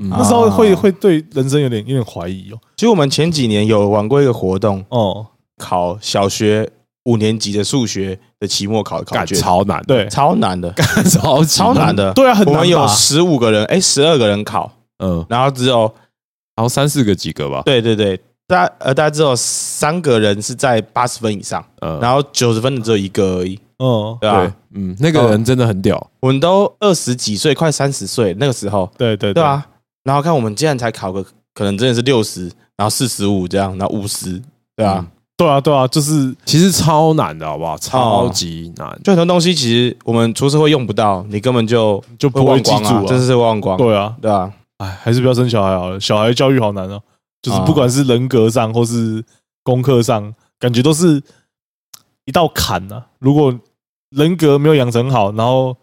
Speaker 1: 嗯
Speaker 3: 那时候会会对人生有点有点怀疑哦，
Speaker 2: 其实我们前几年有玩过一个活动，
Speaker 3: 哦，
Speaker 2: 考小学五年级的数学的期末考考
Speaker 1: 感
Speaker 2: 卷，
Speaker 1: 超难，
Speaker 3: 对，
Speaker 2: 超难的，
Speaker 1: 超级
Speaker 2: 超难。的。
Speaker 3: 对啊，很
Speaker 2: 我
Speaker 3: 难吧
Speaker 2: 们有十五个人，哎，十二个人考，
Speaker 1: 嗯，
Speaker 2: 然后只有
Speaker 1: 然后三四个及格吧。
Speaker 2: 对对对，大家呃大家只有三个人是在八十分以上，
Speaker 1: 嗯，
Speaker 2: 然后九十分的只有一个而已，
Speaker 3: 嗯，
Speaker 2: 对啊
Speaker 1: 对
Speaker 2: 吧？，
Speaker 1: 嗯，那个人真的很屌。
Speaker 2: 我们都二十几岁，快三十岁那个时候，
Speaker 3: 对对
Speaker 2: 对，啊，然后看我们竟然才考个，可能真的是六十，然后四十五这样，然后五十，对啊，
Speaker 3: 对啊，对啊，就是
Speaker 1: 其实超难的，好
Speaker 2: 哦
Speaker 1: 不好？超级难。
Speaker 2: 就很多东西其实我们出社会用不到，你根本就
Speaker 3: 就
Speaker 2: 会
Speaker 3: 不会
Speaker 2: 忘
Speaker 3: 记
Speaker 2: 光
Speaker 3: 住
Speaker 2: 啊，
Speaker 3: 啊，
Speaker 2: 真是会忘光，
Speaker 3: 对啊，
Speaker 2: 对啊，
Speaker 3: 哎，还是不要生小孩好了，小孩教育好难哦，就是
Speaker 2: 啊
Speaker 3: 不管是人格上或是功课上，感觉都是一道坎啊。如果人格没有养成好，然后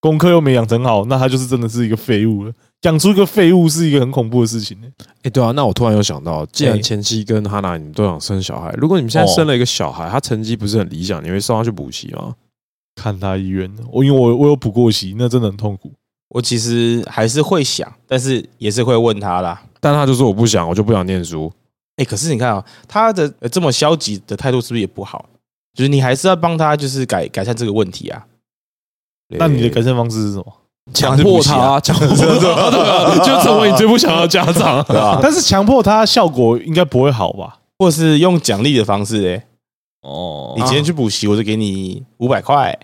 Speaker 3: 功课又没养成好，那他就是真的是一个废物了。养出一个废物是一个很恐怖的事情、欸，
Speaker 1: 哎，对啊，那我突然有想到，既然
Speaker 2: 哎
Speaker 1: 前妻跟哈娜你们都想生小孩，如果你们现在生了一个小
Speaker 2: 哦
Speaker 1: 孩，他成绩不是很理想，你会送他去补习吗？
Speaker 3: 看他医院，我因为我我有补过习，那真的很痛苦。
Speaker 2: 我其实还是会想，但是也是会问他啦。
Speaker 1: 但他就说我不想，我就不想念书。
Speaker 2: 哎、可是你看啊、他的、呃这么消极的态度是不是也不好？就是你还是要帮他，就是改改善这个问题啊。
Speaker 3: 那你的
Speaker 1: 诶
Speaker 3: 改善方式是什么？
Speaker 1: 强迫
Speaker 2: 啊
Speaker 3: 啊
Speaker 1: 他，啊强迫他，就成为你最不想要的家长。
Speaker 2: 对啊吧？
Speaker 3: 啊但是强迫他效果应该不会好吧？
Speaker 2: 或是用奖励的方式、欸，
Speaker 3: 哦
Speaker 2: 你今天去补习，我就给你五百块。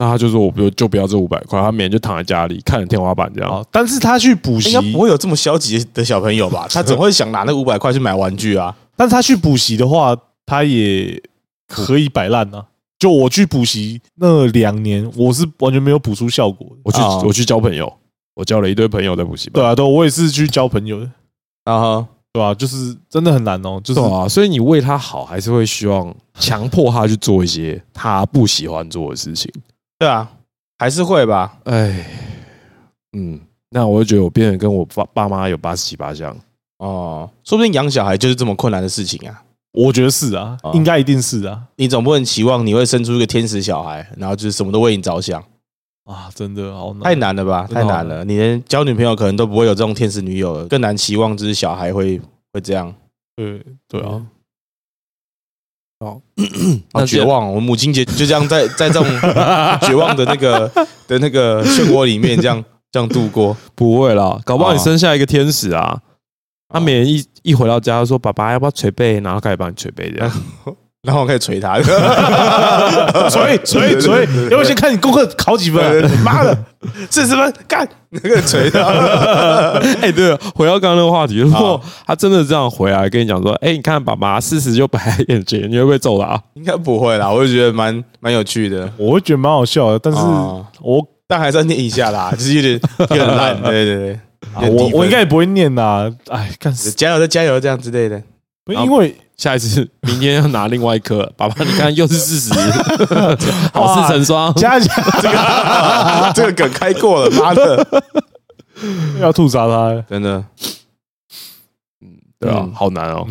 Speaker 1: 那他就说，我不就不要这五百块，他每天就躺在家里看着天花板这样。
Speaker 3: 哦，但是他去补
Speaker 2: 啊应
Speaker 3: 习
Speaker 2: 该，不会有这么消极的小朋友吧？他总会想拿那五百块去买玩具 啊。
Speaker 3: 但是他去补习的话，他也可以摆烂啊。就我去补习那两年，我是完全没有补出效果的。
Speaker 1: 我去
Speaker 2: 哦，
Speaker 1: 我去交朋友，我交了一堆朋友在补习班。
Speaker 3: 对啊，对啊，我也是去交朋友的，啊
Speaker 2: 然后
Speaker 3: 对吧、就是真的很难哦，就是
Speaker 1: 对啊，所以你为他好，还是会希望强迫他去做一些他不喜欢做的事情。
Speaker 2: 对啊，还是会吧。
Speaker 1: 哎，嗯，那我就觉得我变得跟我爸爸妈有八十七八像。
Speaker 2: 哦，说不定养小孩就是这么困难的事情啊。
Speaker 3: 我觉得是啊，
Speaker 2: 啊
Speaker 3: 应该一定是啊，
Speaker 2: 你总不能期望你会生出一个天使小孩，然后就是什么都为你着想，
Speaker 3: 啊，真的好难，
Speaker 2: 太难了吧？
Speaker 3: 真的哦
Speaker 2: 太难了，你连交女朋友可能都不会有这种天使女友了，更难期望就是小孩会会这样，
Speaker 3: 对对啊，
Speaker 2: 好
Speaker 1: 那
Speaker 2: 绝望哦。我母亲节就这样在在这 种绝望的那个的那个漩涡里面这样这样度过。
Speaker 1: 不会啦，搞不好你
Speaker 2: 哦
Speaker 1: 生下一个天使啊！他每天一一回到家就说：“爸爸要不要捶背？”然后开始帮你捶背这 样。
Speaker 2: 然后我开始捶他，
Speaker 3: 所以 所以所以，要不先看你功课考几分啊、
Speaker 2: 妈 的，四十分干 那个捶他，
Speaker 1: 哎，对了，回到刚刚那个话题，如果
Speaker 2: 好
Speaker 1: 他真的这样回来跟你讲说：“哎，你看爸爸四十就白眼睛，你会不会揍他
Speaker 2: 应该不会啦，我就觉得蛮蛮有趣的，
Speaker 3: 我会觉得蛮好笑的，但是
Speaker 2: 哦
Speaker 3: 我
Speaker 2: 但还是要念一下啦，就是有点有点 烂，对对对，有
Speaker 3: 啊
Speaker 2: 点
Speaker 3: 我
Speaker 2: 低分
Speaker 3: 我应该也不会念呐，哎，干死，
Speaker 2: 加油再加油这样之类 的，
Speaker 3: 因为？”
Speaker 1: 下一次明天要拿另外一颗了，爸 爸，你看又是四十， 好事成双。
Speaker 3: 加加
Speaker 2: 这个啊这个梗开过了，妈的，
Speaker 3: 要吐槽他，
Speaker 2: 真的
Speaker 1: 对啊
Speaker 2: 嗯，
Speaker 1: 好难哦，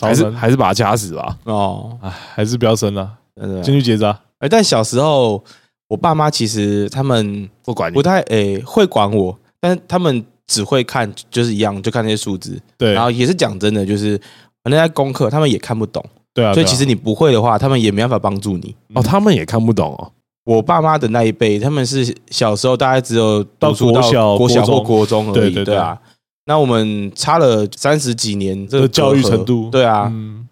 Speaker 3: 还
Speaker 1: 还
Speaker 3: 是
Speaker 1: 是还是把他掐死吧。
Speaker 2: 哦，
Speaker 3: 哎还是不要生了，
Speaker 2: 真的
Speaker 3: 先。去结扎。
Speaker 2: 哎，但小时候我爸妈其实他们
Speaker 1: 不管
Speaker 2: 不
Speaker 1: 你，
Speaker 2: 太诶会管我，但是他们只会看就是一样，就看那些数字，
Speaker 3: 对，
Speaker 2: 然后也是讲真的，就是可能在功课他们也看不懂。
Speaker 3: 对啊，
Speaker 2: 所
Speaker 3: 对
Speaker 2: 以
Speaker 3: 啊
Speaker 2: 其实你不会的话，他们也没办法帮助你。
Speaker 1: 哦，他们也看不懂哦。
Speaker 2: 我爸妈的那一辈，他们是小时候大概只有
Speaker 3: 到
Speaker 2: 读书
Speaker 3: 国小
Speaker 2: 国小
Speaker 3: 国中
Speaker 2: 或国中而已，
Speaker 3: 对对对
Speaker 2: 啊。那我们差了三十几年这个
Speaker 3: 的教育
Speaker 2: 隔阂
Speaker 3: 程度
Speaker 2: 对啊，
Speaker 3: 嗯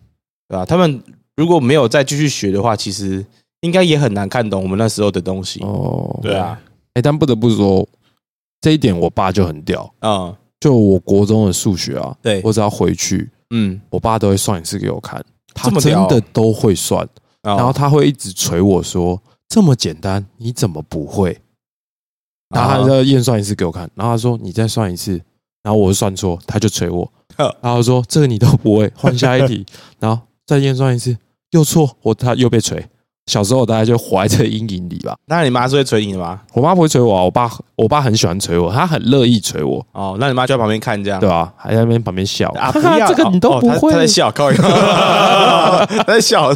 Speaker 2: 对啊。他们如果没有再继续学的话，其实应该也很难看懂我们那时候的东西。
Speaker 1: 哦，
Speaker 3: 对
Speaker 2: 对啊，
Speaker 1: 哎，但不得不说，这一点我爸就很屌。
Speaker 2: 嗯，
Speaker 1: 就我国中的数学啊，
Speaker 2: 对，
Speaker 1: 我只要回去，
Speaker 2: 嗯，
Speaker 1: 我爸都会算一次给我看，他
Speaker 2: 这么
Speaker 1: 真
Speaker 2: 屌
Speaker 1: 的都会算，
Speaker 2: 然
Speaker 1: 然后他会一直捶我说：“这么简单，你怎么不会？”然
Speaker 2: 啊
Speaker 1: 后他就验算一次给我看，然后他说：“你再算一次。”然后我就算错，他就捶 我，然后说：“这个你都不会，换下一题。”然后再验算一次，又错，我他又被捶。小时候我大概就活在这个阴影里吧。
Speaker 2: 那你妈是会捶你的吗？
Speaker 1: 我妈不会捶我、啊，我爸我爸很喜欢捶我，他很乐意捶我，
Speaker 2: 哦，那你妈就在旁边看这样。
Speaker 1: 对吧、还在那边旁边笑
Speaker 2: 啊，不要
Speaker 1: 这个你都
Speaker 2: 哦
Speaker 1: 不
Speaker 2: 他
Speaker 1: 会。
Speaker 2: 他在笑，靠， 他在笑，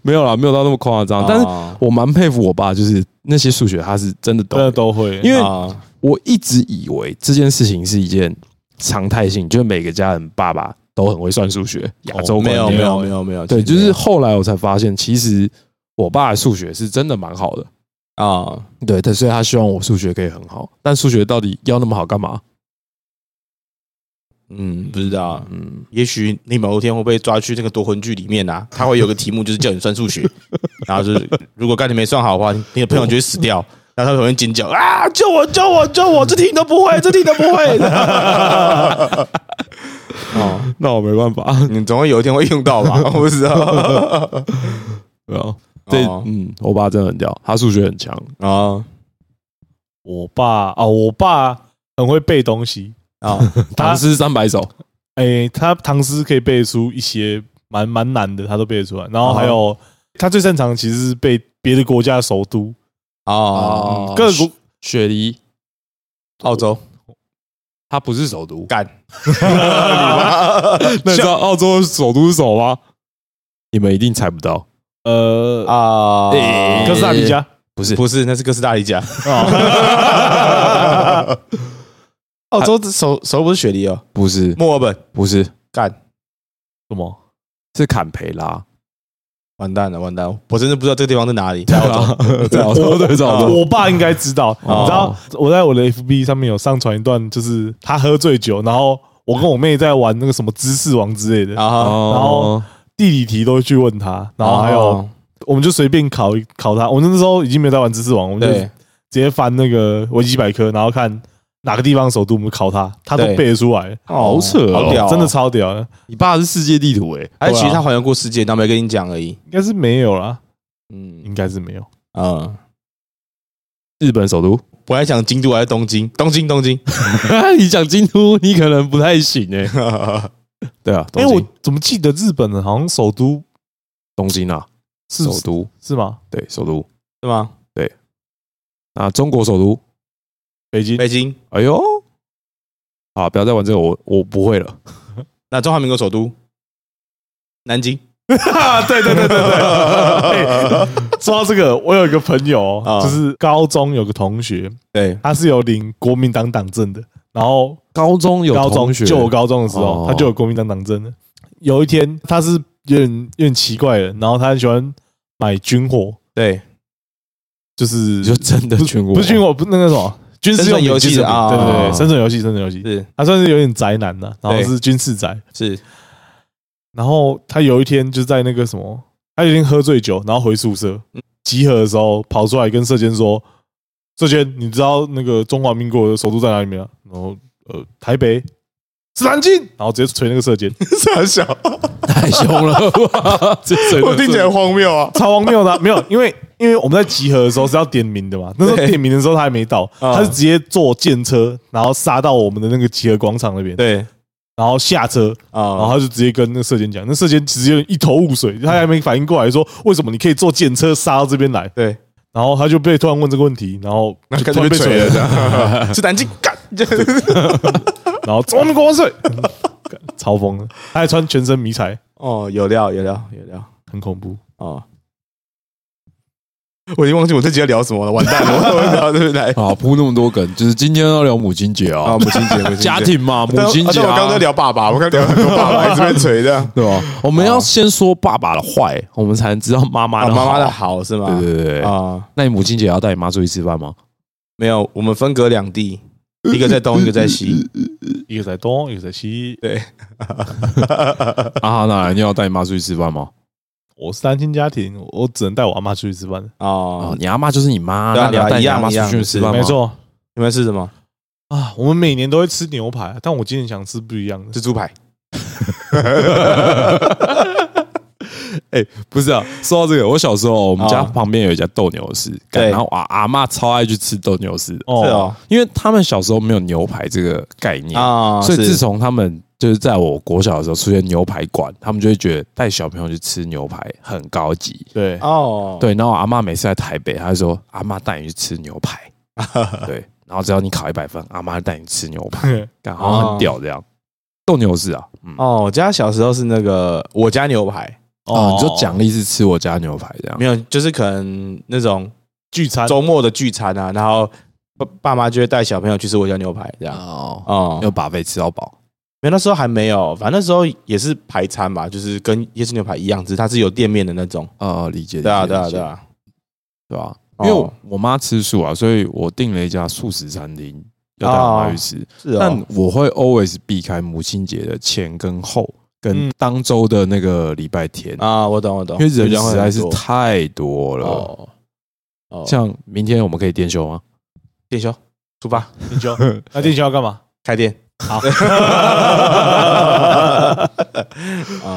Speaker 1: 没有啦，没有到那么夸张，但是
Speaker 2: 哦
Speaker 1: 我蛮佩服我爸，就是那些数学他是真的懂
Speaker 3: 真的，都会，
Speaker 1: 因为
Speaker 2: 哦
Speaker 1: 我一直以为这件事情是一件常态性，就是每个家人爸爸都很会算数学，亚洲
Speaker 2: 没有
Speaker 1: 观
Speaker 2: 没
Speaker 1: 念
Speaker 2: 有没有没有，
Speaker 1: 对，
Speaker 2: 其
Speaker 1: 就
Speaker 2: 实没
Speaker 1: 是
Speaker 2: 有
Speaker 1: 后来我才发现，其实我爸的数学是真的蛮好的，
Speaker 2: 啊，
Speaker 1: 对，但所以他希望我数学可以很好，但数学到底要那么好干嘛？
Speaker 2: 嗯，不知道，
Speaker 1: 嗯，
Speaker 2: 也许你某一天会被抓去那个夺魂剧里面啊，他会有个题目就是叫你算数学， 然后就是如果刚才没算好的话，你的朋友就会死掉。然后他会边尖叫啊！救我！救我！救我！这题都不会，这题都不会。 哦，
Speaker 1: 那我没办法，
Speaker 2: 你总会有一天会用到吧？我不知道。
Speaker 1: 对啊， 对，
Speaker 2: 哦
Speaker 1: 嗯，我爸真的很屌，他数学很强，
Speaker 2: 啊
Speaker 3: 我爸啊，我爸很会背东西，
Speaker 2: 啊
Speaker 1: 唐诗三百首，
Speaker 3: 哎，他唐诗可以背出一些蛮蛮难的，他都背得出来。然后还有他最擅长的其实是背别的国家的首都，
Speaker 2: 啊！
Speaker 1: 哦
Speaker 3: 各国
Speaker 1: 雪梨，
Speaker 2: 澳洲
Speaker 1: 它不是首都，
Speaker 2: 干，
Speaker 1: 那你知道澳洲的首都是什么吗？你们一定猜不到，
Speaker 3: 呃，
Speaker 2: 啊
Speaker 1: 诶
Speaker 3: 哎哥斯达黎加
Speaker 1: 不是
Speaker 2: 不是，那是哥斯达黎加。
Speaker 3: 啊，
Speaker 2: 哦 澳洲这首首不是雪梨哦，
Speaker 1: 不是，
Speaker 2: 啊墨尔本
Speaker 1: 不是，
Speaker 2: 干
Speaker 3: 什么？
Speaker 1: 是坎培拉。
Speaker 2: 完蛋了，完蛋了！我真的不知道这个地方是哪 里。在澳洲
Speaker 1: 啊， 在澳洲，对，在澳洲，
Speaker 3: 呃我爸应该知道，
Speaker 1: 哦
Speaker 3: 你知道我在我的 FB 上面有上传一段，就是他喝醉酒，然后我跟我妹在玩那个什么知识王之类的，
Speaker 2: 然后
Speaker 1: 哦
Speaker 3: 后，地理题都去问他，然后还有
Speaker 2: 哦
Speaker 3: 我们就随便考一考他，我们那时候已经没有在玩知识王，我们就
Speaker 2: 对
Speaker 3: 直接翻那个维基百科，然后看哪个地方首都，我们考他，他都
Speaker 2: 对
Speaker 3: 背得出来，
Speaker 1: 好扯哦
Speaker 2: 好屌哦，
Speaker 3: 真的超屌的，
Speaker 1: 你爸是世界地图欸诶，
Speaker 2: 还是其实
Speaker 3: 对
Speaker 2: 他
Speaker 3: 啊
Speaker 2: 环游过世界，但没跟你讲而已。
Speaker 3: 应该是没有啦，
Speaker 2: 嗯
Speaker 3: 应该是没有。
Speaker 2: 嗯，
Speaker 1: 日本首 都。
Speaker 2: 我还想京都还是东京，东京东京。
Speaker 1: 你讲京都，你可能不太行
Speaker 2: 欸
Speaker 1: 诶。对啊，
Speaker 3: 哎，
Speaker 1: 东京
Speaker 3: 我怎么记得日本的好像首都
Speaker 1: 东京啊，
Speaker 3: 是
Speaker 1: 首都
Speaker 3: 是吗？
Speaker 1: 对首都
Speaker 2: 是吗？
Speaker 1: 啊，中国首都。
Speaker 3: 北京
Speaker 2: 北京，
Speaker 1: 哎呦，好，不要再玩这个，我我不会了。
Speaker 2: 那中华民国首都南 京
Speaker 3: 啊，对对对对对。哎说到这个，我有一个朋友哦、
Speaker 2: 啊
Speaker 3: 就是高中有个同学，
Speaker 2: 对，
Speaker 3: 他是有领国民党党证的，然后
Speaker 1: 高中有
Speaker 3: 高
Speaker 1: 同
Speaker 3: 中
Speaker 1: 学，
Speaker 3: 就我高中的时候，
Speaker 1: 哦
Speaker 3: 他就有国民党党证了。有一天，他是有点有点奇怪的，然后他很喜欢买军火，
Speaker 2: 对，
Speaker 3: 就是
Speaker 1: 你就真的全国
Speaker 3: 不是军火，不是那个什么军事用
Speaker 2: 生存游
Speaker 3: 品
Speaker 2: 戏
Speaker 3: 军事用品
Speaker 2: 啊
Speaker 3: 对对
Speaker 1: 啊
Speaker 3: 对，生存游戏，生存游戏，
Speaker 2: 是
Speaker 3: 他算是有点宅男的，然后
Speaker 2: 对
Speaker 3: 是军事宅，
Speaker 2: 是，
Speaker 3: 然后他有一天就在那个什么，他有一天喝醉酒，然后回宿舍
Speaker 2: 嗯
Speaker 3: 集合的时候，跑出来跟社监说：“社监，你知道那个中华民国的首都在哪里吗？”然后呃，台北是南京，然后直接捶那个社监，
Speaker 2: 傻小，
Speaker 1: 太凶了吧？ 这真的
Speaker 2: 我听起来很荒谬啊。
Speaker 3: 超荒谬的啊、没有，因为因为我们在集合的时候是要点名的嘛，那时 候
Speaker 2: 对
Speaker 3: 点名的时候他还没到，
Speaker 2: 嗯
Speaker 3: 他是直接坐电车，然后杀到我们的那个集合广场那边，
Speaker 2: 对
Speaker 3: 然后下车，然后
Speaker 2: 啊，
Speaker 3: 他就直接跟那个社监讲，那社监其实有点一头雾水，他还没反应过来说为什么你可以坐电车杀到这边来，
Speaker 2: 对，
Speaker 3: 然后他就被突然问这个问题，然后
Speaker 2: 那
Speaker 3: 就
Speaker 2: 开
Speaker 3: 突
Speaker 2: 始
Speaker 3: 然
Speaker 2: 被
Speaker 3: 被
Speaker 2: 锤了，
Speaker 3: 锤
Speaker 2: 这
Speaker 3: 了，
Speaker 2: 样是南京干，
Speaker 3: 然后中华民国万岁，嗯干 超疯了，他还穿全身迷彩，
Speaker 2: 哦，有料有料有料
Speaker 3: 很恐怖。
Speaker 2: 哦。我已经忘记我这集要聊什么了，完蛋了，我我不知道对不对？
Speaker 1: 啊，铺那么多梗，就是今天要聊母亲节啊
Speaker 2: 啊，，母亲节，母亲节
Speaker 1: 家庭嘛， 母
Speaker 2: 但
Speaker 1: 亲节
Speaker 2: 但我
Speaker 1: 啊，
Speaker 2: 刚刚在聊啊爸爸，我刚刚聊很多爸爸，一直被锤的。
Speaker 1: 对吧？我们要先说爸爸的坏，我们才能知道妈 妈
Speaker 2: 啊，
Speaker 1: 的
Speaker 2: 妈妈的
Speaker 1: 好。
Speaker 2: 好是吗？
Speaker 1: 对对对对，
Speaker 2: 啊，
Speaker 1: 那你母亲节要带你妈出去吃饭吗？
Speaker 2: 没有，我们分隔两地，一个在东，一个在 西。
Speaker 3: 一个在东，一个在西。
Speaker 2: 对，
Speaker 1: 啊，那你要带你妈出去吃饭吗？
Speaker 3: 我是单亲家庭，我只能带我阿妈出去吃饭。
Speaker 1: 哦
Speaker 2: 哦，，
Speaker 1: 你阿妈就是你妈，
Speaker 2: 对啊
Speaker 1: 那你要
Speaker 2: 对啊
Speaker 1: 带
Speaker 2: 一
Speaker 1: 你
Speaker 2: 样
Speaker 1: 阿妈
Speaker 2: 一
Speaker 1: 出
Speaker 2: 样
Speaker 1: 去
Speaker 2: 是
Speaker 1: 吃饭吗？
Speaker 3: 没，错
Speaker 2: 你们是什么？
Speaker 3: 啊，我们每年都会吃牛排，啊但我今年想吃不一样的。
Speaker 2: 是猪排。
Speaker 1: 不是啊。说到这个，我小时候我们家
Speaker 2: 哦
Speaker 1: 旁边有一家斗牛士，干
Speaker 2: 对
Speaker 1: 然后阿阿妈超爱去吃斗牛士，
Speaker 2: 是哦，
Speaker 1: 啊因为他们小时候没有牛排这个概念
Speaker 2: 啊，
Speaker 1: 所以
Speaker 2: 是
Speaker 1: 自从他们就是在我国小的时候出现牛排馆，他们就会觉得带小朋友去吃牛排很高级。
Speaker 3: 对，
Speaker 2: 哦，
Speaker 1: 对，然后我阿妈每次在台北，她就说阿妈带你去吃牛 排，对，然后只要你考一百分，阿妈就带你吃牛排， 感好像很屌这样。斗牛士啊，嗯，
Speaker 2: 哦，我家小时候是那个我家牛排，
Speaker 1: 哦，你就奖励是吃我家牛排这样
Speaker 2: 没。有，就是可能那种
Speaker 3: 聚餐，
Speaker 2: 周末的聚餐啊，然后爸爸妈就会带小朋友去吃我家牛排这样。
Speaker 1: 哦，
Speaker 2: 哦，
Speaker 1: 要把费吃到饱。
Speaker 2: 没有那时候还没有，反正那时候也是排餐吧，就是跟夜市牛排一样，只是它是有店面的那种。
Speaker 1: 呃，理解，
Speaker 2: 对啊，
Speaker 1: 理解
Speaker 2: 对啊，
Speaker 1: 理解
Speaker 2: 对啊，
Speaker 1: 对啊，因
Speaker 2: 哦
Speaker 1: 为我我妈吃素啊，所以我订了一家素食餐厅，要带我妈去吃。
Speaker 2: 是哦。
Speaker 1: 但我会 always 避开母亲节的前跟后，跟
Speaker 3: 嗯
Speaker 1: 当周的那个礼拜天，
Speaker 2: 啊，我懂我懂，
Speaker 1: 因为人实在是
Speaker 2: 有这样会很多
Speaker 1: 太多了。
Speaker 2: 哦哦，
Speaker 1: 像明天我们可以店休吗？
Speaker 2: 店休出发
Speaker 3: 店休，那店休要干 嘛？
Speaker 2: 开店。
Speaker 3: 好
Speaker 2: 啊，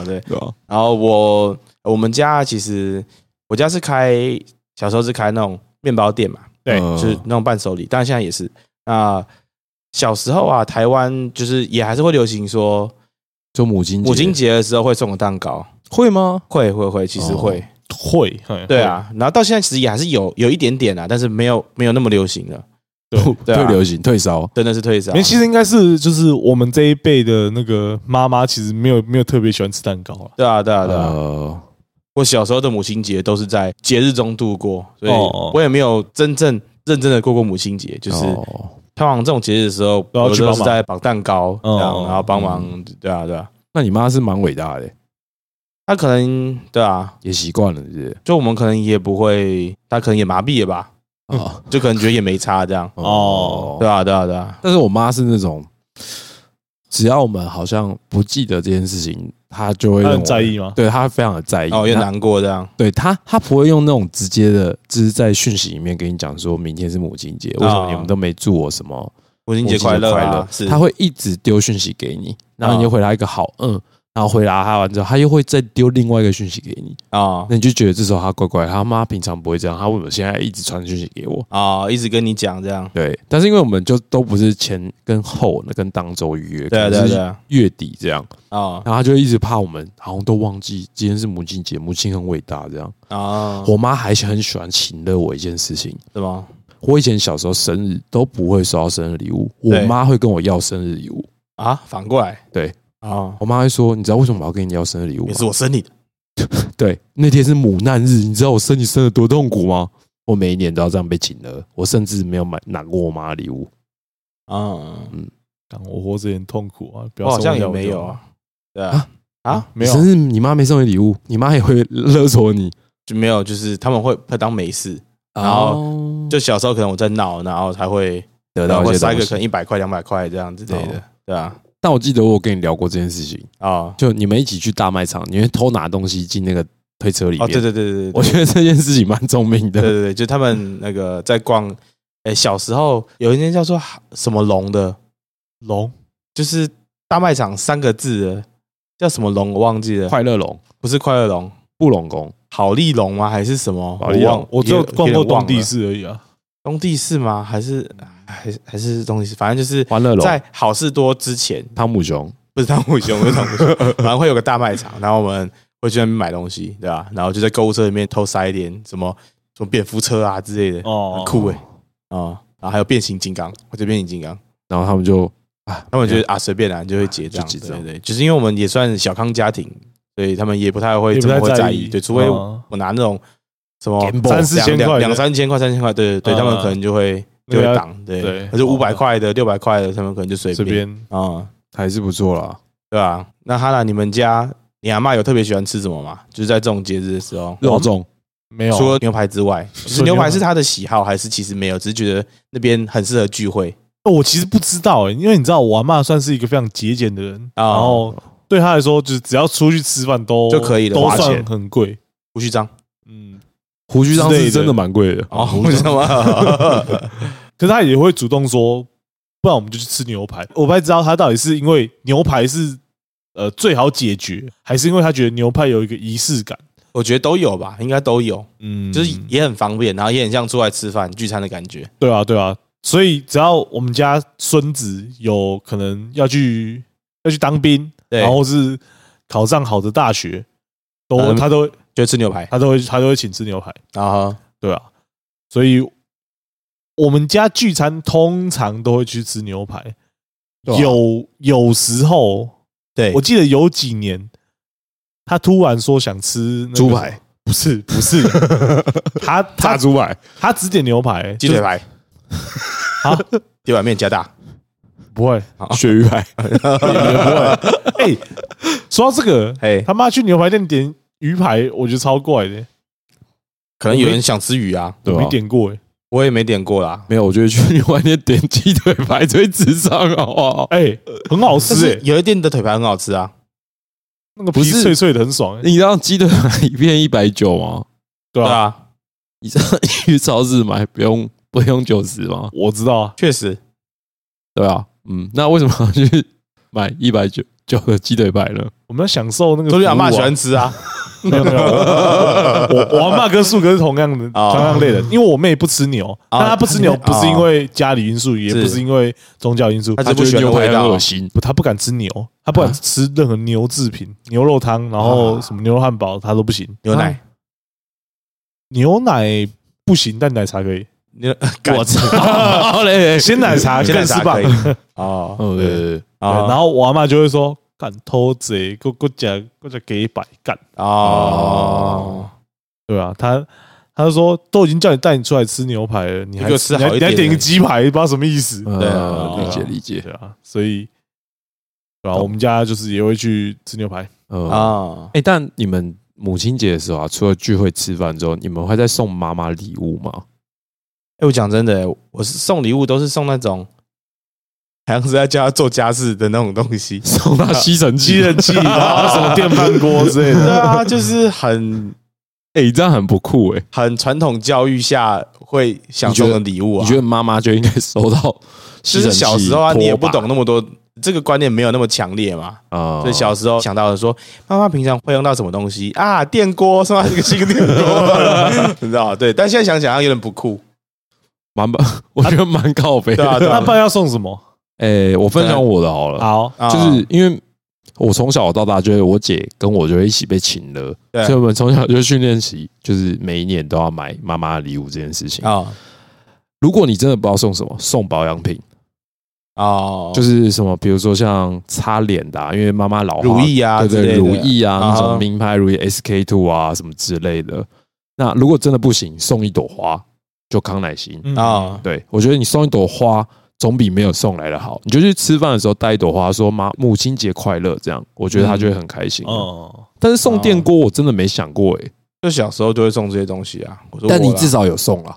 Speaker 2: 对，
Speaker 1: 对啊，
Speaker 2: 然后我我们家其实我家是开小时候是开那种面包店嘛，
Speaker 3: 对
Speaker 1: 呃
Speaker 2: 就是那种伴手礼，但现在也是。那小时候啊，台湾就是也还是会流行说
Speaker 1: 就母亲
Speaker 2: 母亲节的时候会送个蛋糕，
Speaker 1: 会吗？
Speaker 2: 会会会，其实
Speaker 1: 哦
Speaker 2: 会，
Speaker 3: 会，嘿
Speaker 2: 对，啊。然后到现在其实也还是有有一点点啊，但是没有没有那么流行了，
Speaker 3: 对
Speaker 2: 对
Speaker 1: 退
Speaker 2: 啊
Speaker 1: 流行退烧，
Speaker 2: 真的是退烧
Speaker 3: 没，。其实应该是就是我们这一辈的那个妈妈，其实没有没有特别喜欢吃蛋糕了。
Speaker 2: 对啊，对啊，对啊。
Speaker 1: 呃，
Speaker 2: 我小时候的母亲节都是在节日中度过，所以
Speaker 3: 哦哦
Speaker 2: 我也没有真正认真的过过母亲节。就是
Speaker 1: 哦
Speaker 2: 通常这种节日的时候，
Speaker 3: 都要
Speaker 2: 我
Speaker 3: 去
Speaker 2: 都
Speaker 3: 帮忙
Speaker 2: 是在绑蛋糕，这
Speaker 3: 哦
Speaker 2: 样然后帮
Speaker 1: 嗯
Speaker 2: 忙，对啊，对啊，
Speaker 1: 那你妈是蛮伟大的，
Speaker 2: 他可能对啊，
Speaker 1: 也习惯了，是不是？
Speaker 2: 就我们可能也不会，他可能也麻痹了吧，
Speaker 1: 啊，
Speaker 2: 就可能觉得也没差这样。
Speaker 1: 哦，
Speaker 2: 对啊，对啊，对啊，
Speaker 1: 但是我妈是那种，只要我们好像不记得这件事情，她就会
Speaker 3: 他
Speaker 1: 让
Speaker 3: 很
Speaker 1: 我
Speaker 3: 在，意吗？
Speaker 1: 对她非常的在意。
Speaker 2: 哦，有点
Speaker 1: 她
Speaker 2: 难过这样。
Speaker 1: 对她，她不会用那种直接的，就是在讯息里面跟你讲说明天是母亲节，为什么你们都没祝我什么
Speaker 2: 母
Speaker 1: 母
Speaker 2: 亲
Speaker 1: 亲
Speaker 2: 节
Speaker 1: 快
Speaker 2: 快乐啊、是
Speaker 1: 乐？她会一直丢讯息给你，然后你就回答一个好嗯。然后回答她完之后，她又会再丢另外一个讯息给你，
Speaker 2: 啊
Speaker 1: 那你就觉得这时候她乖乖，她妈平常不会这样，她为什么现在一直传讯息给我？
Speaker 2: 啊，一直跟你讲这样。
Speaker 1: 对，但是因为我们就都不是前跟后，那跟当周预约，
Speaker 2: 对
Speaker 1: 可
Speaker 2: 啊，对
Speaker 1: 能
Speaker 2: 啊，
Speaker 1: 是
Speaker 2: 对啊，
Speaker 1: 月底这样，
Speaker 2: 哦
Speaker 1: 然后他就一直怕我们好像都忘记今天是母亲节，母亲很伟大这样。
Speaker 2: 哦，
Speaker 1: 我妈还很喜欢请了我一件事情，
Speaker 2: 什么？
Speaker 1: 我以前小时候生日都不会收到生日礼物，我
Speaker 2: 对
Speaker 1: 妈会跟我要生日礼物，
Speaker 2: 啊，反过来，
Speaker 1: 对，
Speaker 2: 哦，
Speaker 1: 我妈会说，你知道为什么我要跟你要生日礼物
Speaker 2: 也
Speaker 1: 吗
Speaker 2: 是？我生你的，
Speaker 1: 对，那天是母难日，你知道我生你生的多痛苦吗？我每一年都要这样被请了，我甚至没有买拿过我妈的礼物。
Speaker 2: 嗯，
Speaker 3: 干我活着也很痛苦啊，不
Speaker 2: 我
Speaker 3: 要
Speaker 2: 好像也
Speaker 3: 有
Speaker 2: 没有，啊，对啊，啊，
Speaker 3: 没有
Speaker 1: 你生日你妈没送你礼物，你妈也会勒索你。
Speaker 2: 就没有，就是他们会会当没事，然后
Speaker 3: 哦
Speaker 1: 后
Speaker 2: 就小时候可能我在闹，然后才会
Speaker 1: 得
Speaker 2: 然
Speaker 1: 到
Speaker 2: 后
Speaker 1: 一
Speaker 2: 会
Speaker 1: 些
Speaker 2: 塞
Speaker 1: 东
Speaker 2: 个可能
Speaker 1: 西。
Speaker 2: 一百块、两百块这样之类
Speaker 1: 哦
Speaker 2: 的，对啊，
Speaker 1: 但我记得我有跟你聊过这件事情，
Speaker 2: 哦，
Speaker 1: 就你们一起去大卖场，你会偷拿东西进那个推车里
Speaker 2: 哦，
Speaker 1: 面。
Speaker 2: 对对对对对
Speaker 1: 我，觉得这件事情蛮聪明
Speaker 2: 对
Speaker 1: 的。
Speaker 2: 对对，就他们那个在逛，哎、小时候有一间叫做什么龙的，
Speaker 3: 龙
Speaker 2: 就是大卖场三个字的，叫什么龙我忘记 了，
Speaker 1: 快乐龙、
Speaker 2: 不是快乐龙，
Speaker 1: 布龙宫，
Speaker 2: 好利龙吗？还是什么？
Speaker 1: 好利
Speaker 2: 我
Speaker 1: 龙
Speaker 2: 忘
Speaker 3: 我哦只有
Speaker 2: 也
Speaker 3: 逛
Speaker 2: 也
Speaker 3: 过
Speaker 2: 忘
Speaker 3: 东地
Speaker 2: 了
Speaker 3: 市而已啊。
Speaker 2: 东地市吗？还是还是还是东地市？反正就是
Speaker 1: 欢乐龙、
Speaker 2: 在好事多之前，
Speaker 1: 汤姆熊，
Speaker 2: 不是汤姆熊，不是汤 姆熊，反正会有个大卖场，然后我们会去那边买东西，对吧、然后就在购物车里面偷塞一点什么什么蝙蝠车啊之类的，
Speaker 3: 哦
Speaker 2: 很酷哎、啊、然后还有变形金刚，或者变形金刚，
Speaker 1: 然后他们就啊，
Speaker 2: 他们觉得啊随便啦、你就会结账，
Speaker 1: 就结
Speaker 2: 对
Speaker 1: 账
Speaker 2: 对对，就是因为我们也算小康家庭，所以他们也不太会
Speaker 3: 也
Speaker 2: 怎
Speaker 3: 不
Speaker 2: 么
Speaker 3: 太
Speaker 2: 会在意，
Speaker 3: 意，
Speaker 2: 对，除非我
Speaker 3: 嗯
Speaker 2: 拿那种什么
Speaker 1: Game Boy 三
Speaker 3: 四千
Speaker 2: 两
Speaker 3: 块的
Speaker 2: 两三千块、三千块，对对对，
Speaker 3: 嗯
Speaker 2: 他们可能就会就
Speaker 3: 那个
Speaker 2: 会
Speaker 3: 要
Speaker 2: 挡，对
Speaker 3: 对，啊
Speaker 2: 可是五百
Speaker 3: 哦
Speaker 2: 块的、六百块的，他们可能就随
Speaker 3: 随
Speaker 2: 便
Speaker 3: 便
Speaker 2: 啊。
Speaker 1: 还是不错啦。
Speaker 2: 对啊，那哈娜，你们家你阿嬷有特别喜欢吃什么吗？就是在这种节日的时候，
Speaker 1: 肉粽
Speaker 3: 没有啊，
Speaker 2: 除了牛排之外，就是
Speaker 3: 除了
Speaker 2: 牛
Speaker 3: 牛
Speaker 2: 排
Speaker 3: 排
Speaker 2: 是她的喜好，还是其实没有，只是觉得那边很适合聚会
Speaker 3: 哦我其实不知道哎、因为你知道我阿妈算是一个非常节俭的人，
Speaker 2: 啊
Speaker 3: 然后对她来说，就是只要出去吃饭都
Speaker 2: 就可以了
Speaker 3: 都
Speaker 2: 花
Speaker 3: 算
Speaker 2: 钱
Speaker 3: 很贵。
Speaker 2: 胡须章
Speaker 3: 嗯，
Speaker 1: 胡须章
Speaker 3: 之类
Speaker 1: 是
Speaker 3: 的
Speaker 1: 真的蛮贵的
Speaker 2: 哦，为什么？
Speaker 3: 可是她也会主动说，不然我们就去吃牛排。我不太知道她到底是因为牛排是呃最好解决，还是因为她觉得牛排有一个仪式感。
Speaker 2: 我觉得都有吧，应该都有，
Speaker 3: 嗯，
Speaker 2: 就是也很方便，然后也很像出来吃饭聚餐的感觉。
Speaker 3: 对啊，对啊。所以只要我们家孙子有可能要去要去当兵，
Speaker 2: 对
Speaker 3: 然后是考上好的大学，都
Speaker 1: 呃
Speaker 2: 嗯
Speaker 3: 他都
Speaker 2: 就吃牛排
Speaker 3: 他都会他都会请吃牛排。
Speaker 2: 然后
Speaker 3: 对啊，所以我们家聚餐通常都会去吃牛排，
Speaker 1: 对啊
Speaker 3: 有有时候
Speaker 2: 对
Speaker 3: 我，记得有几年，他突然说想吃那个
Speaker 1: 猪排，
Speaker 3: 不是 不是，他
Speaker 1: 炸
Speaker 3: 他
Speaker 1: 猪排，
Speaker 3: 他只点牛排，
Speaker 2: 鸡
Speaker 3: 就
Speaker 2: 腿
Speaker 3: 是
Speaker 2: 排
Speaker 3: 啊，
Speaker 2: 鸡腿面加大，
Speaker 3: 不会，
Speaker 1: 鳕鱼排，
Speaker 3: 哎，说到这个，
Speaker 2: 哎，
Speaker 3: 他妈去牛排店点鱼排，我觉得超怪的，
Speaker 2: 可能有人想吃鱼啊，
Speaker 3: 我
Speaker 1: 对吧
Speaker 3: 没？点过哎，
Speaker 2: 我也没点过啦。
Speaker 1: 没有，我觉得去另外一店点鸡腿排最智商，好不好？
Speaker 3: 哎，很好
Speaker 2: 但
Speaker 3: 吃
Speaker 2: 是
Speaker 3: 哎，
Speaker 2: 有一店的腿排很好吃啊，
Speaker 3: 那个
Speaker 1: 不
Speaker 3: 皮
Speaker 1: 是
Speaker 3: 脆脆的，很爽哎，
Speaker 1: 你知道鸡腿排一片一百九吗？
Speaker 3: 对
Speaker 2: 对
Speaker 3: 啊，
Speaker 2: 啊，
Speaker 1: 你 知道去超市买不用不用九十吗？
Speaker 3: 我知道啊，
Speaker 2: 确实。
Speaker 1: 对啊，嗯，那为什么要去买一百九九的鸡腿排呢？
Speaker 3: 我们要享受那个
Speaker 2: 说明阿
Speaker 3: 服务啊
Speaker 2: 妈喜欢吃啊，
Speaker 3: 没 有没有，我我阿妈跟树哥是同样的
Speaker 2: 哦
Speaker 3: 同样类的，因为我妹不吃牛，
Speaker 2: 哦
Speaker 3: 但她不吃牛
Speaker 2: 她
Speaker 3: 不是因为家里因素，也
Speaker 2: 是
Speaker 3: 不是因为宗教因素，
Speaker 2: 她
Speaker 3: 她
Speaker 2: 只是不
Speaker 1: 觉
Speaker 2: 喜
Speaker 1: 得
Speaker 2: 欢啊
Speaker 1: 牛排
Speaker 2: 味
Speaker 3: 啊
Speaker 2: 道
Speaker 1: 很恶心，
Speaker 3: 哎不她不敢吃牛，她不敢
Speaker 1: 啊
Speaker 3: 吃任何牛制品，牛肉汤，然后什么牛肉汉堡她都不行，
Speaker 2: 啊
Speaker 3: 啊
Speaker 2: 牛奶，
Speaker 3: 牛奶不行，但奶茶可以，
Speaker 2: 牛
Speaker 1: 我 操嘞！
Speaker 3: 鲜奶茶
Speaker 2: 哎鲜奶
Speaker 3: 更是
Speaker 2: 茶
Speaker 3: 吧
Speaker 2: 可以？
Speaker 3: 对
Speaker 2: 哦
Speaker 1: 哦，对对对，
Speaker 2: 啊
Speaker 3: 然后我阿妈就会说。干偷贼，给我讲，给我给一百干，
Speaker 2: 哦，
Speaker 3: 对吧、啊？她她就说都已经叫你带你出来吃牛排了，
Speaker 2: 你
Speaker 3: 你
Speaker 2: 给
Speaker 3: 还
Speaker 2: 我吃
Speaker 3: 你还
Speaker 2: 好一
Speaker 3: 你还
Speaker 2: 点
Speaker 3: 点个
Speaker 2: 的嗯
Speaker 3: 鸡排，不知道什么意思。
Speaker 1: 呃
Speaker 2: 对啊
Speaker 1: 理解
Speaker 3: 对啊
Speaker 1: 理解。
Speaker 3: 对啊，所以对
Speaker 2: 哦
Speaker 3: 吧、我们家就是也会去吃牛排，
Speaker 1: 呃，哎、
Speaker 2: 啊，
Speaker 1: 但你们母亲节的时候啊，除了聚会吃饭之后，你们会再送妈妈礼物吗？。
Speaker 2: 哎、我讲真的、我是送礼物都是送那种，好像是在叫他做家事的那种东西
Speaker 1: 送她吸尘器？
Speaker 3: 器，然后什
Speaker 2: 啊
Speaker 3: 么电饭锅之类
Speaker 2: 对
Speaker 3: 的。
Speaker 2: 啊，就是很
Speaker 1: 哎、这样很不酷哎、
Speaker 2: 很传统教育下会想
Speaker 1: 你觉
Speaker 2: 送
Speaker 1: 得
Speaker 2: 的礼物
Speaker 1: 你
Speaker 2: 啊
Speaker 1: 觉。得妈妈就应该收到
Speaker 2: 就
Speaker 1: 吸尘
Speaker 2: 是
Speaker 1: 器？
Speaker 2: 小时候啊，
Speaker 1: 拖
Speaker 2: 你也不
Speaker 1: 把
Speaker 2: 懂那么多，这个观念没有那么强烈嘛。
Speaker 1: 啊
Speaker 2: 所以小时候想到的说，妈妈平常会用到什么东西啊？电锅，送她一个新 电锅，你知道吗？对，但现在想想有点不酷，
Speaker 1: 蛮 蛮，我觉得蛮靠背
Speaker 2: 对
Speaker 1: 的。
Speaker 2: 啊，对
Speaker 3: 那
Speaker 2: 啊
Speaker 3: 爸要送什么？
Speaker 1: 哎、我分享我的好了，
Speaker 3: 好，
Speaker 2: 啊
Speaker 1: 就是因为我从小到大，就是我姐跟我就一起被请了，
Speaker 2: 对
Speaker 1: 所以我们从小就训练起，就是每一年都要买妈妈的礼物这件事情。
Speaker 2: 啊
Speaker 1: 如果你真的不知道送什么，送保养品，
Speaker 2: 哦，
Speaker 1: 就是是什么，比如说像擦脸的、啊，因为妈妈老花
Speaker 2: 如意啊
Speaker 1: 对
Speaker 2: 之类
Speaker 1: 对，
Speaker 2: 的
Speaker 1: 如意啊，
Speaker 2: 啊
Speaker 1: 那种名牌如意 SK two 啊什么之类的。那如果真的不行，送一朵花，就康乃馨。
Speaker 3: 嗯
Speaker 2: 啊，
Speaker 1: 对，我觉得你送一朵花总比没有送来的好。你就去吃饭的时候带一朵花，说妈母亲节快乐，这样我觉得他就会很开心。哦，
Speaker 3: 哦，
Speaker 1: 但是送电锅我真的没想过诶、
Speaker 2: 就小时候就会送这些东西啊。我说
Speaker 1: 但你
Speaker 2: 我啦
Speaker 1: 至少有送了。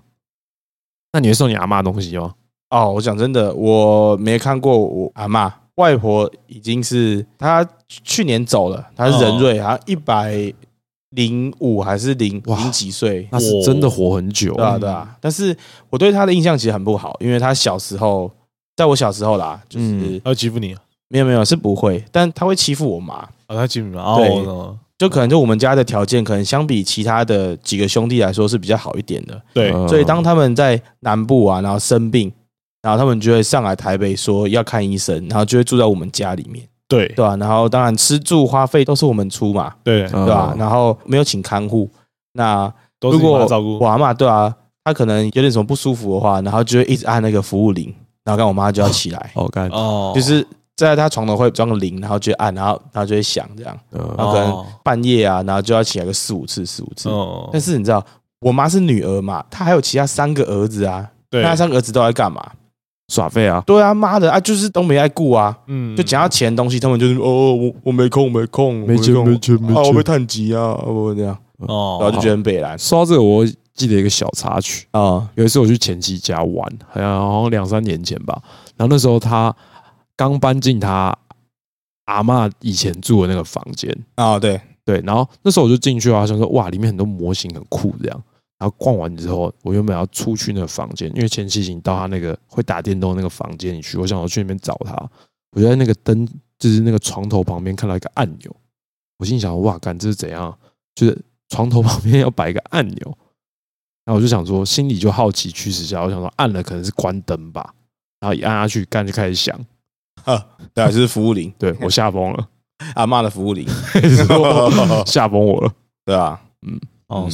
Speaker 1: 那你会送你阿妈东西吗？
Speaker 2: 哦，我讲真的，我没看过我阿嬷外婆已经是她去年走了，她是
Speaker 1: 哦
Speaker 2: 人瑞，她一百零五还是零
Speaker 1: 哇
Speaker 2: 零几岁，
Speaker 1: 那是真的活很久
Speaker 2: 对啊对啊。但是我对她的印象其实很不好，因为她小时候，在我小时候啦，就是、
Speaker 1: 嗯
Speaker 3: 他会欺负你啊？
Speaker 2: 没有没有是不会，但她会欺负我妈，
Speaker 3: 啊他欺负你吗？哦
Speaker 2: 对
Speaker 3: 我懂了，
Speaker 2: 就可能就我们家的条件，可能相比其他的几个兄弟来说是比较好一点的。
Speaker 3: 对，
Speaker 1: 嗯
Speaker 2: 所以当他们在南部啊，然后生病，然后他们就会上来台北说要看医生，然后就会住在我们家里面，
Speaker 3: 对
Speaker 2: 对吧、啊然后当然吃住花费都是我们出嘛，
Speaker 3: 对，
Speaker 1: 嗯
Speaker 2: 对吧、然后没有请看护，那
Speaker 3: 都是你
Speaker 2: 如果
Speaker 3: 妈照顾
Speaker 2: 我，阿嬷对啊，她可能有点什么不舒服的话，然后就会一直按那个服务铃，然后看我妈就要起来，
Speaker 1: 哦，干，
Speaker 3: 哦
Speaker 2: 就是在她床头会装个铃，然后就按，然后然后就会响这样，
Speaker 1: 嗯
Speaker 2: 然后可能
Speaker 3: 哦
Speaker 2: 半夜啊，然后就要起来个四五次四五次。
Speaker 3: 哦
Speaker 2: 但是你知道，我妈是女儿嘛，她还有其他三个儿子啊，
Speaker 3: 对，
Speaker 2: 那三个儿子都在干嘛？
Speaker 1: 耍废啊，
Speaker 2: 对啊，妈的啊，就是都没爱顾啊，
Speaker 3: 嗯
Speaker 2: 就讲到钱的东西，他们就是哦，我我没空，我没空，我空
Speaker 1: 钱没
Speaker 2: 啊，我被探急啊，啊我这样，
Speaker 3: 哦
Speaker 2: 然后就觉得很北蓝
Speaker 1: 说到这个，我记得一个小插曲，
Speaker 3: 哦
Speaker 2: 啊，
Speaker 1: 有一次我去前妻家玩，好像好像两三年前吧。然后那时候她刚搬进她阿嬷以前住的那个房间，
Speaker 2: 啊，对，
Speaker 1: 对。然后那时候我就进去啊，想说哇，里面很多模型很酷这样。然后逛完之后，我原本要出去那个房间，因为前妻已经到她那个会打电动的那个房间里去，我想我去那边找她。我就在那个灯，就是那个床头旁边看到一个按钮，我心想哇，干这是怎样？就是床头 旁边要摆一个按钮，然后我就想说，心里就好奇驱使下，我想说按了可能是关灯吧，然后一按下去，干就开始响，
Speaker 2: 对啊，就是服务铃，
Speaker 1: 对我吓疯了，
Speaker 2: 阿妈的服务 铃，
Speaker 1: 吓疯我了，
Speaker 2: 对啊，
Speaker 3: 哦
Speaker 1: 嗯。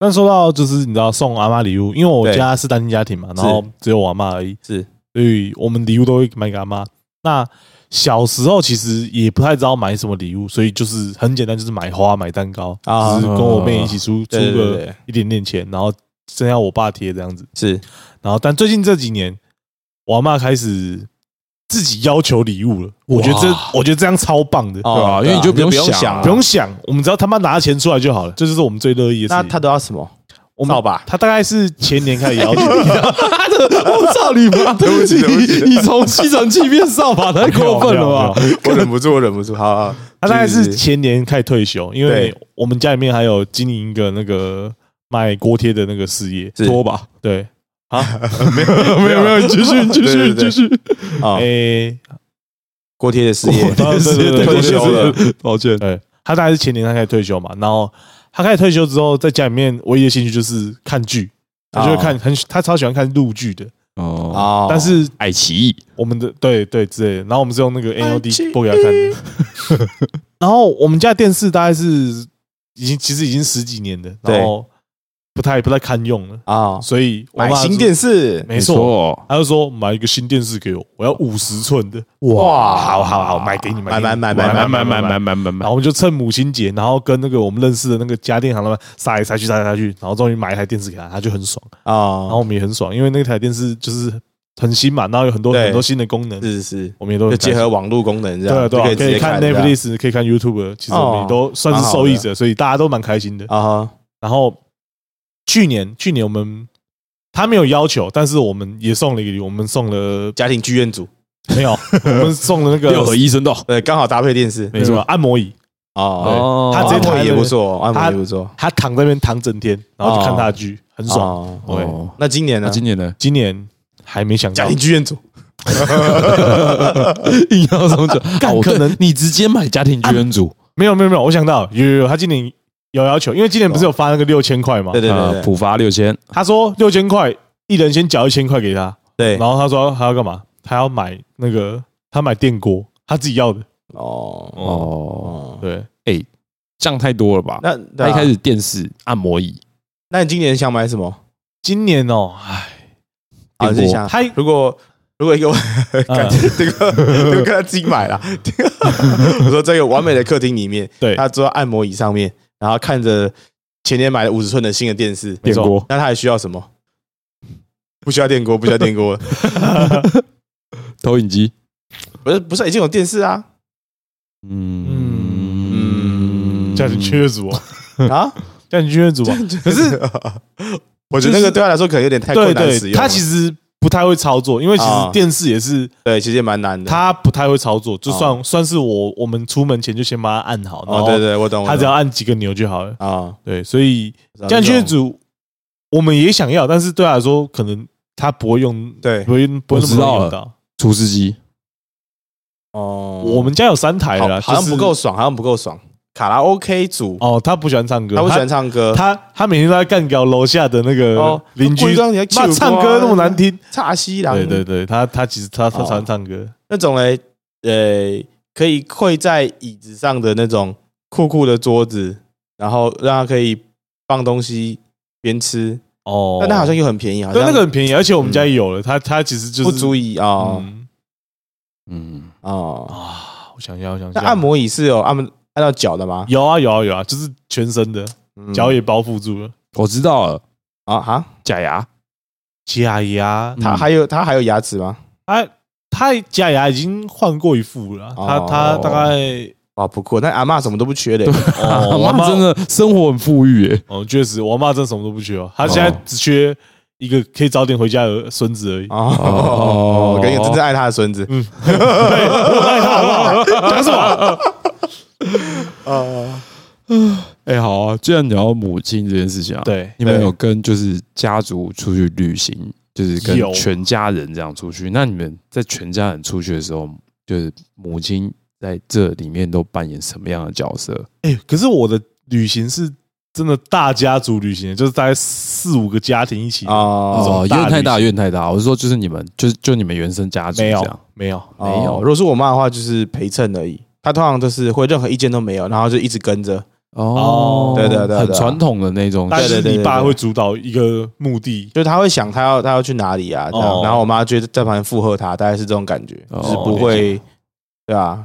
Speaker 3: 那说到就是你知道送阿妈礼物，因为我
Speaker 2: 对
Speaker 3: 家是单亲家庭嘛，然后只有我阿妈而已，
Speaker 2: 是
Speaker 3: 所以我们礼物都会买给阿妈。那小时候其实也不太知道买什么礼物，所以就是很简单，就是买花、买蛋糕，
Speaker 2: 啊
Speaker 3: 只是跟我妹一起出出
Speaker 2: 对对
Speaker 3: 个
Speaker 2: 对，
Speaker 3: 一点点钱，然后剩下我爸贴这样子。
Speaker 2: 是
Speaker 3: 然后但最近这几年，我阿妈开始自己要求礼物了，我觉得这
Speaker 1: 哇
Speaker 3: 我觉得这样超棒
Speaker 2: 哦
Speaker 3: 的，
Speaker 1: 对啊因为你就不
Speaker 2: 不
Speaker 1: 用
Speaker 2: 用
Speaker 1: 想
Speaker 2: 想
Speaker 1: 啊
Speaker 3: 不用想，我们只要他妈拿钱出来就好了，这就是我们最乐意的事
Speaker 2: 那
Speaker 3: 情。
Speaker 2: 他都要什么？
Speaker 3: 我们
Speaker 2: 扫把，
Speaker 3: 他大概是前年开始要求，你啊
Speaker 1: 我操你妈！对不起，对不起，你从吸尘器变扫把太过分了吧？？
Speaker 2: 我忍不住，我忍不住，好好，
Speaker 3: 他大概是前年开始退休，因为
Speaker 2: 对
Speaker 3: 我们家里面还有经营一个那个卖锅贴的那个事业，
Speaker 2: 是
Speaker 1: 拖把，
Speaker 3: 对啊，没有没有没有，你继续你继
Speaker 2: 对
Speaker 3: 续
Speaker 2: 对
Speaker 3: 你
Speaker 2: 对
Speaker 3: 继续，
Speaker 2: 啊，
Speaker 3: 诶，
Speaker 2: 锅贴的事 业，
Speaker 3: 哎 对对对对
Speaker 2: 退休了，
Speaker 1: 抱歉。
Speaker 3: 对，他大概是前年他开始退休嘛，然后他开始退休之后，在家里面唯一的兴趣就是看剧，他就会看很他超喜欢看陆剧的，
Speaker 1: 哦，
Speaker 2: 啊，
Speaker 3: 但是
Speaker 1: 爱奇艺
Speaker 3: 我们的对对之类的，然后我们是用那个 N O
Speaker 2: 爱奇
Speaker 3: D
Speaker 2: 艺
Speaker 3: 播给他看的。 然后我们家电视大概是已经其实已经十几年了，
Speaker 2: 对
Speaker 3: 然后不太不太堪用了，
Speaker 2: 啊，
Speaker 3: 所以我
Speaker 2: 买
Speaker 3: 妈
Speaker 2: 新
Speaker 3: 就
Speaker 2: 电视，
Speaker 3: 没错，
Speaker 1: 错，
Speaker 3: 他就说买一个新电视给我，我要五十寸的。
Speaker 2: 哇
Speaker 3: 好好好，买给你
Speaker 2: 买买买
Speaker 3: 给你
Speaker 2: 买
Speaker 1: 买买买买买买
Speaker 3: 然
Speaker 1: 买，
Speaker 3: 后我们就趁母亲节，然后跟那个我们认识的那个家电行老板杀来杀去杀来杀去，然后终于买一台电视给他，他就很爽，
Speaker 2: 啊
Speaker 3: 然后我们也很爽，因为那台电视就是很新嘛，然后有很多
Speaker 2: 对
Speaker 3: 很多新的功能，
Speaker 2: 是是是，
Speaker 3: 我们也都
Speaker 2: 就
Speaker 3: 很
Speaker 2: 结
Speaker 3: 开
Speaker 2: 合
Speaker 3: 心
Speaker 2: 网络功能这
Speaker 3: 对啊
Speaker 2: 样，
Speaker 3: 对
Speaker 2: 就
Speaker 3: 啊，
Speaker 2: 直
Speaker 3: 可以
Speaker 2: 接
Speaker 3: 看
Speaker 2: 这样哦
Speaker 3: Netflix，可以看 YouTube，其实我们也都算是受益者，所以大家都蛮开心的。
Speaker 2: 啊哈，
Speaker 3: 然后去年去年我们他没有要求，但是我们也送了一个礼物，我们送了
Speaker 2: 家庭剧院组，
Speaker 3: 没有，我们送了那个
Speaker 1: 六合一声道
Speaker 2: 对，啊刚好搭配电视
Speaker 3: 没错按摩椅，
Speaker 2: 哦，
Speaker 1: 哦，
Speaker 3: 他直接
Speaker 2: 按
Speaker 3: 躺
Speaker 2: 摩
Speaker 3: 在
Speaker 2: 也
Speaker 3: 那
Speaker 2: 不
Speaker 3: 边
Speaker 2: 错，按摩
Speaker 3: 他
Speaker 2: 也不错，
Speaker 3: 他躺在那边躺整天，然后就看他的剧，很爽。
Speaker 2: 哦。
Speaker 3: 对
Speaker 1: 哦，
Speaker 2: 那今年
Speaker 1: 那
Speaker 2: 呢？
Speaker 1: 今年呢？
Speaker 3: 今年还没想
Speaker 2: 家
Speaker 3: 到
Speaker 2: 庭，剧院 组，
Speaker 1: 硬要这么讲，
Speaker 3: 干
Speaker 1: 哦
Speaker 3: 可
Speaker 1: 对
Speaker 3: 能
Speaker 1: 你直接买家庭剧院组，
Speaker 3: 没有没有没有，我想到有有有，他今年有要求，因为今年不是有发那个六千块嘛
Speaker 2: 对，对
Speaker 1: 呃
Speaker 2: 对对
Speaker 1: 普发六千，
Speaker 3: 他说六千块一人先缴一千块给他，
Speaker 2: 对，
Speaker 3: 然后他说他要干嘛？他要买那个他买电锅，他自己要的，
Speaker 2: 哦
Speaker 1: 哦，
Speaker 2: 哦，
Speaker 3: 对，
Speaker 1: 这样太多了吧？
Speaker 2: 那啊
Speaker 1: 他
Speaker 2: 那
Speaker 1: 一开始电视、按摩椅，
Speaker 2: 那你今年想买什么？
Speaker 3: 今年哦，唉，
Speaker 2: 啊，
Speaker 1: 电锅
Speaker 2: 你想
Speaker 3: 他
Speaker 2: 如果如果一个
Speaker 3: 嗯
Speaker 2: 感觉这个这个跟他自己买了， 我说这个完美的客厅里面，
Speaker 3: 对
Speaker 2: 他坐在按摩椅上面，然后看着前年买的五十寸的新的电视，
Speaker 3: 电锅
Speaker 2: 那他还需要什么？不需要电锅，不需要电 锅，
Speaker 1: 投影机，
Speaker 2: 不是不是已经有电视啊
Speaker 1: 嗯
Speaker 3: 家庭剧院组哦，
Speaker 2: 啊！
Speaker 3: 家庭剧院组吧，
Speaker 2: 可是 我觉得那个对他来说可能有点太
Speaker 3: 对
Speaker 2: 困难使
Speaker 3: 对，
Speaker 2: 用了，
Speaker 3: 他其实不太会操作，因为其
Speaker 2: 啊
Speaker 3: 实电视也是
Speaker 2: 对其实也蛮难的。
Speaker 3: 他不太会操作，就算算是我我们出门前就先把它按好，然
Speaker 2: 啊哦，
Speaker 3: 后
Speaker 2: 对对，我懂，我懂
Speaker 3: 他只要按几个钮就好了。
Speaker 2: 啊，
Speaker 3: 对，所以
Speaker 2: 这
Speaker 3: 家庭剧院组我们也想要，但是对他来说，可能他不会用，
Speaker 2: 对
Speaker 3: 不会不会那么容易
Speaker 1: 我知道
Speaker 3: 用到。
Speaker 1: 厨师机，
Speaker 2: 哦，
Speaker 3: 我们家有三台了
Speaker 2: 好
Speaker 3: 啦，
Speaker 2: 好像
Speaker 3: 就是
Speaker 2: 不够爽，好像不够爽。卡拉 OK 组，
Speaker 3: 哦，他不喜欢唱歌，
Speaker 2: 他不喜欢唱歌，
Speaker 3: 他他每天都在干掉楼下的那个
Speaker 2: 哦
Speaker 3: 邻居，
Speaker 2: 故意让你来气
Speaker 3: 骂
Speaker 2: 我
Speaker 3: 唱歌那么难听。
Speaker 2: 差西郎，
Speaker 3: 对对对，他他其实他他喜欢唱歌，
Speaker 2: 那种嘞，呃，可以跪在椅子上的那种酷酷的桌子，然后让他可以放东西边吃，
Speaker 3: 哦
Speaker 2: 但那好像又很便宜，好
Speaker 3: 对
Speaker 2: 像
Speaker 3: 那个很便宜，而且我们家也有了，他他其实就
Speaker 2: 不
Speaker 3: 是
Speaker 2: 足以啊
Speaker 3: 嗯
Speaker 1: 嗯，
Speaker 2: 哦。
Speaker 3: 啊，我想要我想
Speaker 2: 那
Speaker 3: 要
Speaker 2: 按摩椅是有按按到脚的吗？
Speaker 3: 有啊有啊有啊，就是全身的
Speaker 2: 嗯
Speaker 3: 脚也包覆住了，
Speaker 1: 我知道了，
Speaker 2: 啊哈，
Speaker 1: 假牙，
Speaker 3: 假牙
Speaker 1: 嗯
Speaker 2: 他还有他还有牙齿吗？
Speaker 3: 他啊他假牙已经换过一副了啊，他
Speaker 2: 哦
Speaker 3: 他大概
Speaker 2: 啊，不过那阿嬷什么都不缺的，
Speaker 3: 哦
Speaker 1: 我
Speaker 3: 我
Speaker 1: 妈
Speaker 3: 妈
Speaker 1: 真的生活很富裕诶，
Speaker 3: 哦确实，我妈真的什么都不缺哦，她现在
Speaker 1: 哦
Speaker 3: 只缺一个可以早点回家的孙子而已。
Speaker 2: 哦，跟一个真正爱他的孙子，嗯，
Speaker 3: 我爱她好不好？讲什么？
Speaker 1: 啊哎，好啊，既然讲到母亲这件事情啊，，
Speaker 3: 对，
Speaker 1: 你们有跟就是家族出去旅行，就是
Speaker 3: 有
Speaker 1: 跟全家人这样出去，那你们在全家人出去的时候，就是母亲在这里面都扮演什么样的角色？
Speaker 3: 哎、可是我的旅行是真的大家族旅行，就是大概四五个家庭一起。那
Speaker 2: 哦
Speaker 3: 种
Speaker 1: 哦，
Speaker 3: 大
Speaker 1: 院太大，
Speaker 3: 旅行
Speaker 1: 院太大。我是说，就是你们，就是就你们原生家族
Speaker 3: 没
Speaker 1: 这
Speaker 3: 有
Speaker 1: 样。，
Speaker 3: 没有，
Speaker 2: 哦
Speaker 1: 没有
Speaker 2: 如果是我妈的话，就是陪衬而已。她通常就是会任何意见都没有，然后就一直跟着。
Speaker 1: 哦，
Speaker 2: 对对对对
Speaker 1: 很传统的那种。
Speaker 3: 但是
Speaker 2: 对对对
Speaker 3: 你爸
Speaker 2: 对
Speaker 3: 会主导一个目的，
Speaker 2: 就是她会想她要她要去哪里啊，这样
Speaker 3: 哦
Speaker 2: 然后我妈就在旁边附和她，大概是这种感觉，
Speaker 1: 哦
Speaker 2: 就是不会，对啊，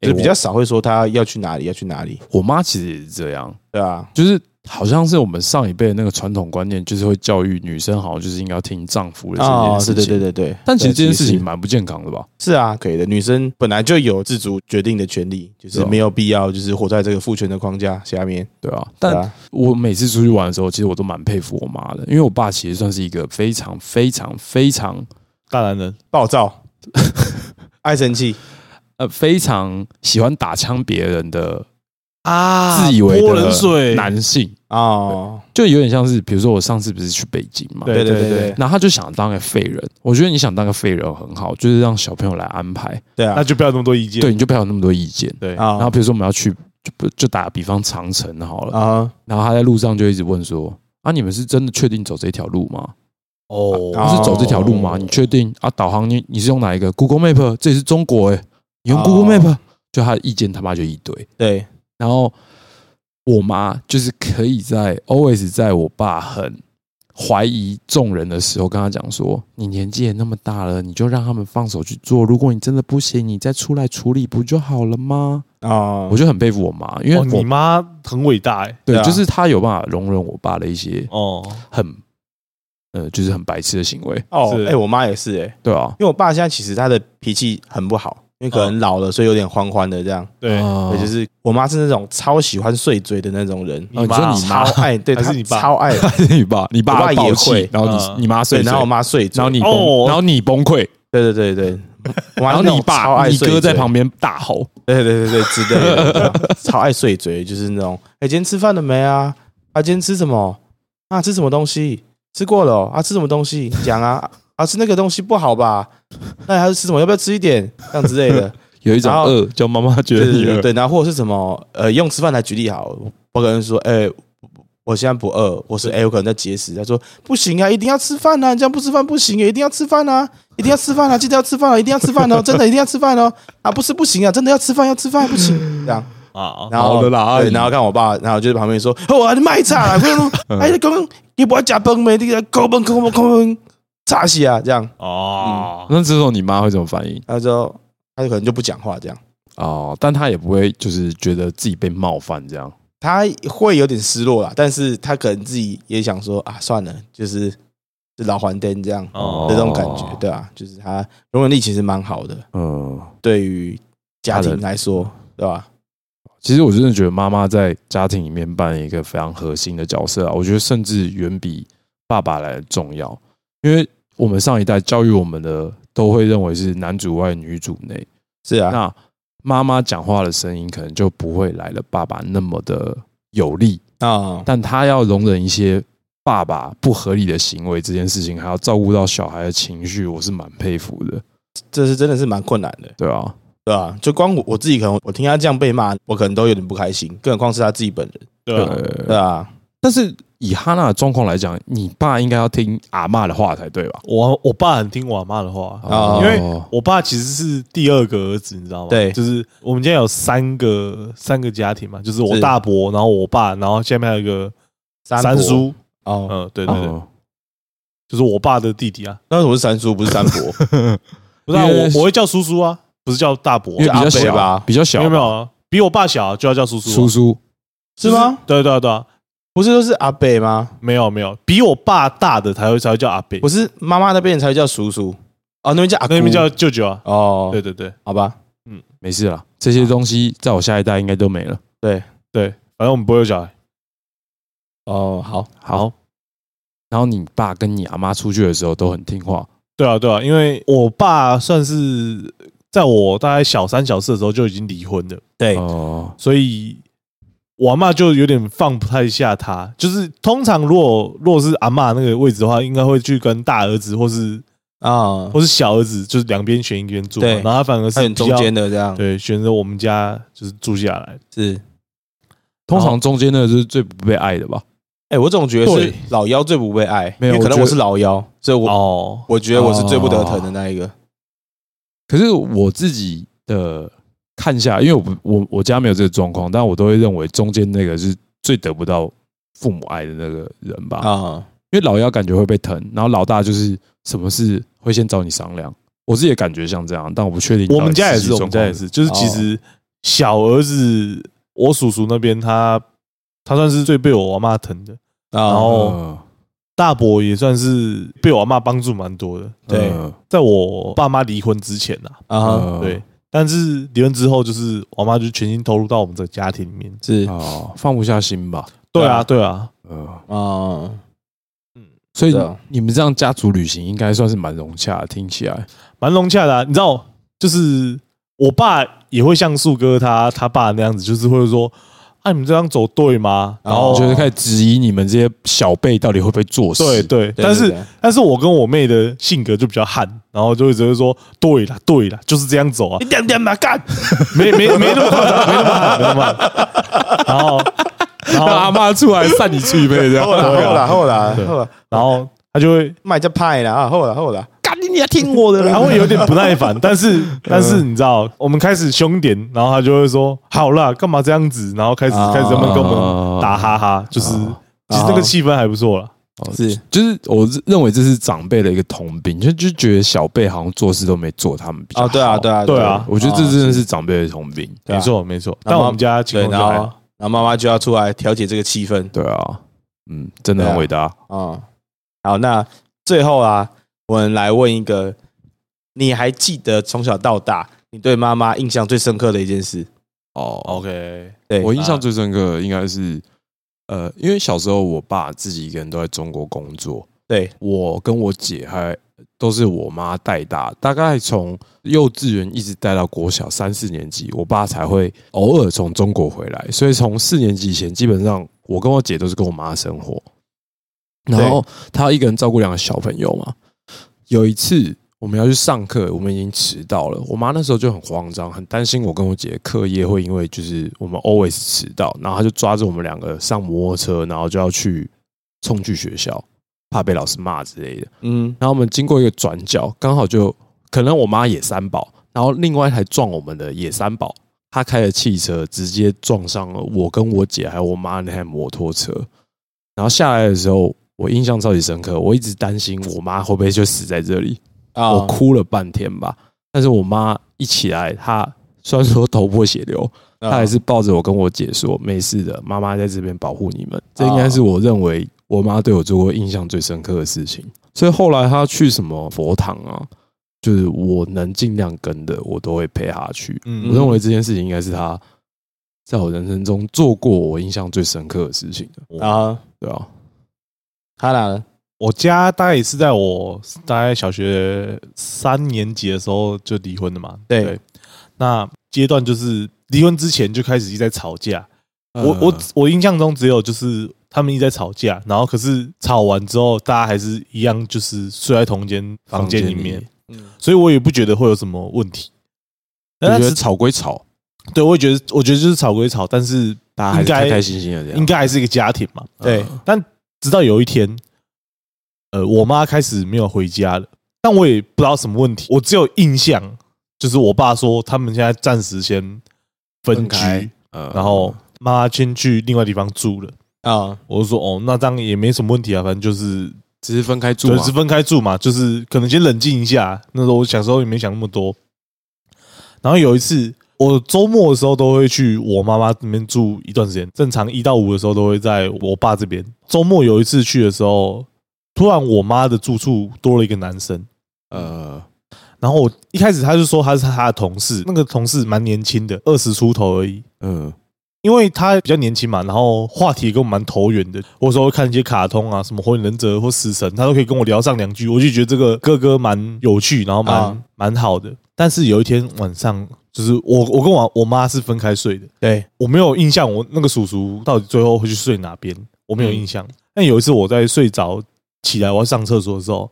Speaker 1: 诶
Speaker 2: 就是比较少会说她要去哪里要去哪里，
Speaker 1: 我我妈其实也是这样，
Speaker 2: 对啊，
Speaker 1: 就是好像是我们上一辈的那个传统观念，就是会教育女生好像就是应该要听丈夫的这
Speaker 2: 哦
Speaker 1: 件，
Speaker 2: 是
Speaker 1: 事
Speaker 2: 对
Speaker 1: 情。
Speaker 2: 对对对。
Speaker 1: 但其实这件事
Speaker 2: 对
Speaker 1: 情蛮不健康的吧？
Speaker 2: 是啊，可以的。女生本来就有自主决定的权利，就是
Speaker 1: 对啊
Speaker 2: 没有必要就是活在这个父权的框架下面。
Speaker 1: 对啊。
Speaker 2: 对
Speaker 1: 但
Speaker 2: 啊，
Speaker 1: 我每次出去玩的时候，其实我都蛮佩服我妈的，因为我爸其实算是一个非常非常非常
Speaker 3: 大男人
Speaker 2: 暴躁，爱生气，
Speaker 1: 呃非常喜欢打枪别人的
Speaker 3: 啊
Speaker 1: 自以为
Speaker 3: 泼
Speaker 1: 的
Speaker 3: 冷水，
Speaker 1: 男性。
Speaker 2: 哦，
Speaker 1: 就有点像是，比如说我上次不是去北京嘛，
Speaker 3: 对
Speaker 2: 对
Speaker 3: 对
Speaker 2: 对
Speaker 3: 对
Speaker 2: 对
Speaker 1: 然后他就想当个废人。我觉得你想当个废人很好，就是让小朋友来安排，
Speaker 2: 对啊
Speaker 3: 那，就不要那么多意见。
Speaker 1: 对，哦你就不要有那么多意见。
Speaker 3: 对
Speaker 2: 啊
Speaker 1: 然后比如说我们要去，就不就打比方长城好了，
Speaker 2: 啊
Speaker 1: 然后他在路上就一直问说：“啊，你们是真的确定走这条路吗？
Speaker 3: 哦
Speaker 2: 啊
Speaker 1: 不是走这条路吗？你确定啊？导航你你是用哪一个？Google Map，这里是中国诶、欸你
Speaker 3: 啊
Speaker 1: 用 Google
Speaker 2: 哦
Speaker 1: Map，、就他的意见他妈就一堆。
Speaker 2: 对，
Speaker 1: 然后我妈就是可以在 always 在我爸很怀疑众人的时候，跟他讲说：“你年纪也那么大了，你就让他们放手去做。如果你真的不行，你再出来处理不就好了吗？”
Speaker 2: 哦，
Speaker 1: 我就很佩服我妈，因为
Speaker 3: 哦
Speaker 1: 我、
Speaker 3: 你妈很伟大哎、
Speaker 1: 对，
Speaker 2: 对啊
Speaker 1: 就是她有办法容忍我爸的一些
Speaker 3: 哦，
Speaker 1: 很呃，就是很白痴的行为，
Speaker 2: 哦，
Speaker 3: 是
Speaker 2: 哎、我妈也是哎、
Speaker 1: 对啊，
Speaker 2: 因为我爸现在其实他的脾气很不好，因为可能老了，所以有点欢欢的这样。
Speaker 3: 对，
Speaker 1: 啊
Speaker 3: 哦
Speaker 2: 对，就是我妈是那种超喜欢碎嘴的那种人，
Speaker 1: 哦你说你
Speaker 2: 超
Speaker 1: 妈
Speaker 2: 爱，对，
Speaker 3: 还是
Speaker 2: 她
Speaker 3: 你爸
Speaker 2: 超爱，
Speaker 1: 你爸，你
Speaker 2: 我爸
Speaker 1: 爸
Speaker 2: 也
Speaker 1: 暴气
Speaker 2: 会，
Speaker 1: 然后
Speaker 3: 嗯
Speaker 1: 你你妈碎
Speaker 2: 对，
Speaker 1: 嘴，
Speaker 2: 然后我妈碎嘴，
Speaker 1: 然后你崩
Speaker 3: 哦，
Speaker 1: 然后你崩溃，
Speaker 2: 对对对对，我
Speaker 1: 然
Speaker 2: 妈是
Speaker 1: 后
Speaker 2: 那种
Speaker 1: 你
Speaker 2: 超
Speaker 1: 爸、
Speaker 2: 爱
Speaker 1: 你
Speaker 2: 碎
Speaker 1: 哥在
Speaker 2: 嘴
Speaker 1: 旁边大吼，
Speaker 2: 对对对对之类的，对啊超爱碎嘴，就是那种，哎、今天吃饭了没啊？啊，今天吃什么？啊，吃什么东西？吃过了、哦、啊？吃什么东西？讲啊啊，吃那个东西不好吧？那你还是吃什么？要不要吃一点？这样之类的，
Speaker 1: 有一种
Speaker 2: 然后
Speaker 1: 饿，叫妈妈觉
Speaker 2: 对
Speaker 1: 得
Speaker 2: 对
Speaker 1: 你
Speaker 2: 对
Speaker 1: 饿，
Speaker 2: 对，然后或者是什么？呃，用吃饭来举例好了，我可能说，哎、我现在不饿，我是哎、我可能在节食。他说不行啊，一定要吃饭啊，你这样不吃饭不行，一定要吃饭啊，一定要吃饭啊，记得要吃饭啊，一定要吃饭哦，真的一定要吃饭哦，啊，不是不行啊，真的要吃饭要吃饭不行，这样。
Speaker 3: 啊，
Speaker 2: 然后
Speaker 1: 好了啦哎阿
Speaker 2: 对，
Speaker 1: 姨
Speaker 2: 然后看我爸，然后就在旁边说：“哦，我卖菜啦，不 用，
Speaker 1: 嗯
Speaker 2: 哎，你讲你不要加崩没？你个扣崩扣崩扣崩，炸死啊！”这样，
Speaker 3: 哦，
Speaker 1: 那这种你妈会怎么反应？
Speaker 2: 他就他就可能就不讲话，这样，
Speaker 1: 哦，但她也不会就是觉得自己被冒犯这样，
Speaker 2: 他会有点失落啦，但是他可能自己也想说啊，算了，就是是老还灯这样的
Speaker 3: 哦
Speaker 2: 这种感觉，对啊，就是他容忍力其实蛮好的，
Speaker 1: 嗯，
Speaker 2: 对于家
Speaker 1: 他
Speaker 2: 庭
Speaker 1: 的
Speaker 2: 来说，对吧？
Speaker 1: 其实我真的觉得妈妈在家庭里面扮演一个非常核心的角色啊，我觉得甚至远比爸爸来的重要，因为我们上一代教育我们的都会认为是男主外女主内，
Speaker 2: 是啊，
Speaker 1: 那妈妈讲话的声音可能就不会来了爸爸那么的有力，
Speaker 2: 啊，
Speaker 1: 但他要容忍一些爸爸不合理的行为这件事情，还要照顾到小孩的情绪，我是蛮佩服的，
Speaker 2: 这是真的是蛮困难的。
Speaker 1: 对啊，
Speaker 2: 对啊，就光我我自己可能我听他这样被骂，我可能都有点不开心，更何况是他自己本人，
Speaker 3: 对啊，
Speaker 2: 对啊，
Speaker 1: 但是以哈娜的状况来讲，你爸应该要听阿嬷的话才对吧？
Speaker 3: 我我爸很听我妈的话，
Speaker 2: 哦
Speaker 3: 因为我爸其实是第二个儿子，你知道吗？
Speaker 2: 对
Speaker 3: 就是我们家有三个三个家庭嘛，就是我
Speaker 2: 是
Speaker 3: 大伯，然后我爸，然后下面还有一个
Speaker 2: 伯
Speaker 3: 三叔，
Speaker 2: 哦，
Speaker 3: 嗯，对对对，
Speaker 1: 哦
Speaker 3: 就是我爸的弟弟啊，
Speaker 2: 那为什么是三叔不是 三伯？
Speaker 3: 不是
Speaker 1: 因
Speaker 3: 啊
Speaker 1: 为
Speaker 3: 我我会叫叔叔啊，不是叫大伯
Speaker 1: 因为
Speaker 3: 啊，
Speaker 1: 比较
Speaker 2: 阿伯
Speaker 1: 小
Speaker 2: 吧
Speaker 1: 比较小吧，
Speaker 3: 没有没有啊，比我爸小啊就要叫叔叔啊，
Speaker 1: 叔叔
Speaker 2: 是吗？
Speaker 3: 对对对啊，
Speaker 2: 不是都是阿伯吗？
Speaker 3: 没有没有，比我爸大的才会才会叫阿伯，
Speaker 2: 不是妈妈那边才叫叔叔哦，那边叫阿姑，
Speaker 3: 那边叫舅舅啊，
Speaker 2: 哦，
Speaker 3: 对对对
Speaker 2: 好吧，
Speaker 1: 没事了，这些东西在我下一代应该都没了。
Speaker 3: 对，反正我们不会有小孩，
Speaker 2: 哦，好，
Speaker 1: 好，然后你爸跟你阿妈出去的时候都很听话，
Speaker 3: 对啊对啊，因为我爸算是在我大概小三小四的时候就已经离婚了。
Speaker 2: 对，
Speaker 1: 哦，
Speaker 3: 所以我阿妈就有点放不太下他。就是通常如果如果是阿妈那个位置的话，应该会去跟大儿子或是
Speaker 2: 啊，
Speaker 3: 或是小儿子，就是两边选一边住嘛。
Speaker 2: 对
Speaker 3: 然后他反而
Speaker 2: 他
Speaker 3: 是
Speaker 2: 很
Speaker 3: 比较
Speaker 2: 中间的这样，
Speaker 3: 对，选择我们家就是住下来。
Speaker 2: 是，
Speaker 1: 通常中间那个是最不被爱的吧？
Speaker 2: 哎，我总觉得是
Speaker 3: 对
Speaker 2: 老幺最不被爱，
Speaker 1: 没有
Speaker 2: 因为可能
Speaker 1: 我觉得
Speaker 2: 我是老幺，所以我
Speaker 3: 哦，
Speaker 2: 我觉得我是最不得疼的那一个，
Speaker 1: 可是我自己的看下来，因为我不我我家没有这个状况，但我都会认为中间那个是最得不到父母爱的那个人
Speaker 3: 哦
Speaker 1: 吧。
Speaker 2: 啊，
Speaker 1: 因为老幺感觉会被疼，然后老大就是什么事会先找你商量。我自己的感觉像这样，但我不确定。
Speaker 3: 我们家也是，我们家也，是，就是其实小儿子我叔叔那边他他算是最被我阿妈疼的，
Speaker 2: 然
Speaker 3: 后
Speaker 1: 哦，
Speaker 3: 大伯也算是被我阿妈帮助蛮多的。
Speaker 2: 对
Speaker 1: 嗯
Speaker 3: 在我爸妈离婚之前呐、
Speaker 2: 啊，
Speaker 1: 嗯
Speaker 3: 对，但是离婚之后，就是我妈就全心投入到我们这个家庭里面。
Speaker 2: 是
Speaker 1: 哦，放不下心吧，
Speaker 3: 对
Speaker 2: 啊
Speaker 3: 啊，对啊，
Speaker 1: 嗯，
Speaker 3: 哦
Speaker 2: 啊，
Speaker 1: 所以
Speaker 2: 对啊
Speaker 1: 你们这样家族旅行应该算是蛮融洽的，听起来
Speaker 3: 蛮融洽的、啊。你知道，就是我爸也会像树哥他他爸那样子，就是会说：“啊，你们这样走对吗？”然后
Speaker 2: 哦
Speaker 1: 就是开始质疑你们这些小辈到底会不会做事。
Speaker 3: 对对，
Speaker 2: 对
Speaker 3: 但是
Speaker 2: 对对
Speaker 3: 但是我跟我妹的性格就比较悍，然后就会只会说：“对啦，对啦，就是这样走啊
Speaker 2: 你，点点嘛干，
Speaker 3: 没没没那么夸张，没那么悍，没那么悍。”然后然
Speaker 1: 让阿
Speaker 3: 后
Speaker 1: 妈出来散你出去呗，这 样
Speaker 2: 后啦
Speaker 3: 对啊
Speaker 2: 后啦后啦
Speaker 3: 对
Speaker 2: 后啦，
Speaker 3: 然后他就会
Speaker 2: 卖只派啦，啊后啦后啦，
Speaker 1: 干你，你要听我的
Speaker 3: 他会有点不耐烦，但是
Speaker 2: 嗯
Speaker 3: 但是你知道，我们开始凶点，然后他就会说：“好啦，干嘛这样子？”然后开始
Speaker 2: 啊
Speaker 3: 开始他们跟我们打哈哈，就是其实那个气氛还不错
Speaker 2: 啊
Speaker 3: 了。
Speaker 2: 是
Speaker 1: 哦就是我认为这是长辈的一个通病，就就觉得小辈好像做事都没做他们比较
Speaker 2: 啊，对啊，
Speaker 1: 好
Speaker 2: 对啊，
Speaker 3: 对啊
Speaker 1: 我觉得这真的是长辈的通病，
Speaker 2: 对啊
Speaker 3: 没错没错，
Speaker 2: 然
Speaker 3: 但
Speaker 2: 后
Speaker 3: 我们家情
Speaker 2: 对，
Speaker 3: 况
Speaker 2: 然
Speaker 3: 就
Speaker 2: 后
Speaker 3: 还好。
Speaker 2: 然后妈妈就要出来调解这个气氛
Speaker 1: 对啊，嗯，真的
Speaker 2: 对
Speaker 1: 很
Speaker 2: 啊
Speaker 1: 伟大，
Speaker 2: 啊，好，那最后啊，我们来问一个，你还记得从小到大你对妈妈印象最深刻的一件事？
Speaker 1: 哦，
Speaker 3: OK，
Speaker 2: 对，
Speaker 1: 我印
Speaker 3: 啊
Speaker 1: 象最深刻的应该是，呃，因为小时候我爸自己一个人都在中国工作，
Speaker 2: 对
Speaker 1: 我跟我姐还都是我妈带大，大概从幼稚园一直带到国小三四年级，我爸才会偶尔从中国回来，所以从四年级以前，基本上我跟我姐都是跟我妈生活，然后她一个人照顾两个小朋友嘛。有一次我们要去上课，我们已经迟到了，我妈那时候就很慌张，很担心我跟我姐的课业会因为就是我们 always 迟到，然后她就抓着我们两个上摩托车，然后就要去冲去学校，怕被老师骂之类的。
Speaker 2: 嗯，
Speaker 1: 然后我们经过一个转角，刚好就可能我妈也三宝，然后另外一台撞我们的也三宝，他开的汽车直接撞上了我跟我姐还有我妈那台摩托车。然后下来的时候，我印象超级深刻，我一直担心我妈会不会就死在这里，
Speaker 2: 啊、
Speaker 1: 我哭了半天吧。但是我妈一起来，她虽然说头破血流，
Speaker 3: 嗯
Speaker 2: 啊，
Speaker 1: 她还是抱着我跟我姐说：“没事的，妈妈在这边保护你们。”这
Speaker 3: 啊
Speaker 1: 应该是我认为我妈对我做过印象最深刻的事情。所以后来她去什么佛堂啊，就是我能尽量跟的，我都会陪她去。
Speaker 3: 嗯
Speaker 1: 我认为这件事情应该是她在我人生中做过我印象最深刻的事情的。
Speaker 3: 哦
Speaker 2: 啊、
Speaker 1: 对啊，
Speaker 2: 他俩呢？
Speaker 3: 我家大概也是在我大概小学三年级的时候就离婚的嘛。
Speaker 2: 对
Speaker 3: 那阶段就是离婚之前就开始一直在吵架。啊我我
Speaker 1: 呃
Speaker 3: 我印象中只有就是他们一直在吵架，然后可是吵完之后大家还是一样，就是睡在同间房间里面，
Speaker 2: 嗯，
Speaker 3: 所以我也不觉得会有什么问题。
Speaker 1: 我觉
Speaker 3: 但
Speaker 1: 得
Speaker 3: 是
Speaker 1: 吵归吵，
Speaker 3: 对，我也觉得我觉得就是吵归吵，但是
Speaker 1: 大家还
Speaker 3: 应
Speaker 1: 是
Speaker 3: 该
Speaker 1: 开开心心的这样。
Speaker 3: 应该还是一个家庭嘛。
Speaker 2: 对
Speaker 1: 嗯
Speaker 3: 但直到有一天，呃，我妈开始没有回家了，但我也不知道什么问题，我只有印象就是我爸说他们现在暂时先分
Speaker 1: 分
Speaker 3: 居，
Speaker 1: 开呃
Speaker 3: 然后妈妈先去另外地方住了。
Speaker 2: 啊，
Speaker 3: 我就说哦，那这样也没什么问题啊，反正就是
Speaker 1: 只是分开住啊
Speaker 3: 就
Speaker 1: 嘛
Speaker 3: 是。分开住嘛，就是可能先冷静一下。那时候我小时候也没想那么多。然后有一次，我周末的时候都会去我妈妈那边住一段时间，正常一到五的时候都会在我爸这边。周末有一次去的时候，突然我妈的住处多了一个男生，
Speaker 1: 呃，
Speaker 3: 然后我一开始他就说他是他的同事，那个同事蛮年轻的，二十出头而已。
Speaker 1: 嗯，
Speaker 3: 因为他比较年轻嘛，然后话题也跟我蛮投缘的。我有时候会看一些卡通啊，什么火影忍者或死神，他都可以跟我聊上两句，我就觉得这个哥哥蛮有趣，然后
Speaker 2: 啊
Speaker 3: 蛮蛮、好的。但是有一天晚上，就是我我跟我我妈是分开睡的，
Speaker 2: 对，
Speaker 3: 我没有印象我那个叔叔到底最后会去睡哪边，我没有印象。但有一次我在睡着起来我要上厕所的时候，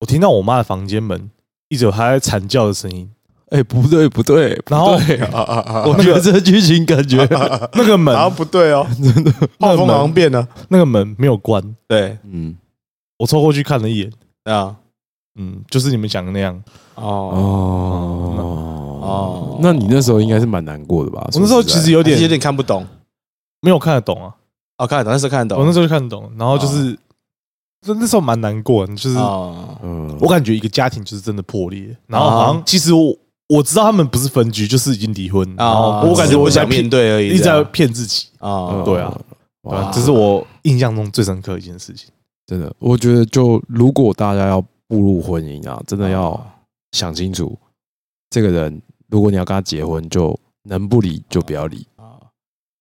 Speaker 3: 我听到我妈的房间门一直有她在惨叫的声音，
Speaker 1: 哎，不对不对，不
Speaker 3: 然后
Speaker 1: 对啊啊啊！
Speaker 3: 我
Speaker 1: 我
Speaker 3: 觉
Speaker 1: 觉
Speaker 3: 得
Speaker 1: 得这剧情感觉，
Speaker 3: 那个门
Speaker 2: 然后不对 哦，真的，画风好像变了，
Speaker 3: 那个门没有关，
Speaker 2: 对
Speaker 1: 嗯，
Speaker 3: 我凑过去看了一眼。
Speaker 2: 啊，
Speaker 3: 嗯，就是你们讲的那样。
Speaker 2: 哦，
Speaker 1: 哦哦，那你那时候应该是蛮难过的吧？
Speaker 3: 我那时候其实有
Speaker 2: 有点有
Speaker 3: 点
Speaker 2: 点看不懂，
Speaker 3: 没有看得懂啊，
Speaker 2: 哦，看得懂，那时候看得
Speaker 3: 我
Speaker 2: 懂，
Speaker 3: 那时候就看得懂，然后就是那那时候蛮难过的，就是
Speaker 2: 哦，
Speaker 1: 嗯，
Speaker 3: 我感觉一个家庭就是真的破裂，然后好
Speaker 2: 啊
Speaker 3: 像其实我我知道他们不是分居，就是已经离婚，然
Speaker 2: 啊，
Speaker 3: 哦后我感觉我
Speaker 2: 只是
Speaker 3: 在
Speaker 2: 不想面
Speaker 3: 骗，
Speaker 2: 对而已，
Speaker 3: 一直
Speaker 2: 这
Speaker 3: 在
Speaker 2: 样
Speaker 3: 骗自己，
Speaker 1: 嗯
Speaker 2: 啊，
Speaker 3: 对啊，对吧
Speaker 1: 哇，
Speaker 3: 这是我印象中最深刻的一件 事情。
Speaker 1: 真的，我觉得就如果大家要步入婚姻啊，真的
Speaker 2: 哦
Speaker 1: 要想清楚，这个人如果你要跟他结婚，就能不离就不要离。
Speaker 2: 啊，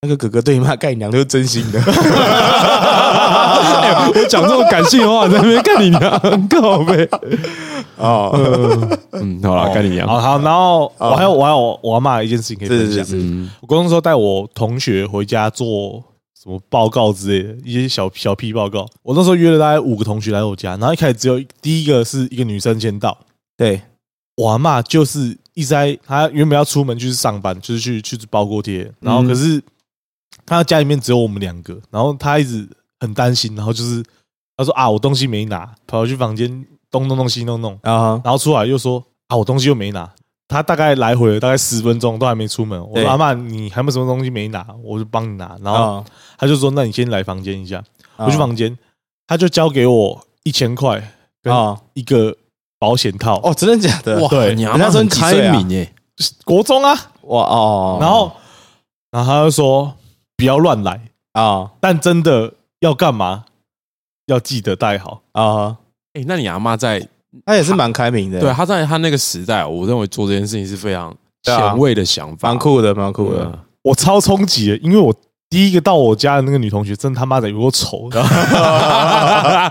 Speaker 2: 那个哥哥对你妈盖娘都是真心 的，
Speaker 1: 哎我讲这种感性的话，你在那边看你娘告呗。
Speaker 2: 哦，
Speaker 1: 嗯，好了，看你娘。
Speaker 3: 好好，然后我还有我还有我阿妈一件事情可以分
Speaker 2: 是是
Speaker 3: 享
Speaker 2: 是，
Speaker 1: 嗯，
Speaker 3: 我高中的时候带我同学回家做什么报告之类的，一些小小屁报告。我那时候约了大概五个同学来我家，然后一开始只有第一个是一个女生先到，
Speaker 2: 对，
Speaker 3: 我阿嬷就是一直在她原本要出门去上班，就是去去包锅贴，然后可是她家里面只有我们两个，然后她一直很担心，然后就是她说啊我东西没拿，跑去房间东弄弄西弄弄，
Speaker 2: 啊，
Speaker 3: 然后出来又说啊，我东西又没拿。他大概来回了大概十分钟都还没出门。我
Speaker 2: 对
Speaker 3: 说阿妈，你还有没有什么东西没拿？我就帮你拿。然后
Speaker 2: 啊，
Speaker 3: 他就说，那你先来房间一下。
Speaker 2: 啊
Speaker 3: 我去房间，他就交给我一千块跟
Speaker 2: 啊，
Speaker 3: 一个保险套。
Speaker 2: 哦，真的假的？
Speaker 1: 哇，
Speaker 3: 对
Speaker 1: 你
Speaker 2: 人家
Speaker 1: 娘
Speaker 2: 说
Speaker 1: 很
Speaker 2: 你几岁
Speaker 1: 开
Speaker 2: 啊
Speaker 1: 明耶。
Speaker 3: 国中啊，
Speaker 2: 哇哦，
Speaker 3: 然后然后他就说不要乱来，
Speaker 2: 啊
Speaker 3: 但真的要干嘛要记得带好。
Speaker 2: 啊，
Speaker 1: 哎、那你阿妈在
Speaker 2: 他也是蛮开明的，
Speaker 3: 啊
Speaker 1: 对，啊她在她那个时代，我认为做这件事情是非常
Speaker 2: 对啊
Speaker 1: 前卫的想法，
Speaker 2: 蛮酷的，蛮酷
Speaker 1: 对
Speaker 2: 的。
Speaker 1: 啊。
Speaker 3: 我超冲击的，因为我第一个到我家的那个女同学，真他妈的有够丑的。
Speaker 1: 我
Speaker 3: 阿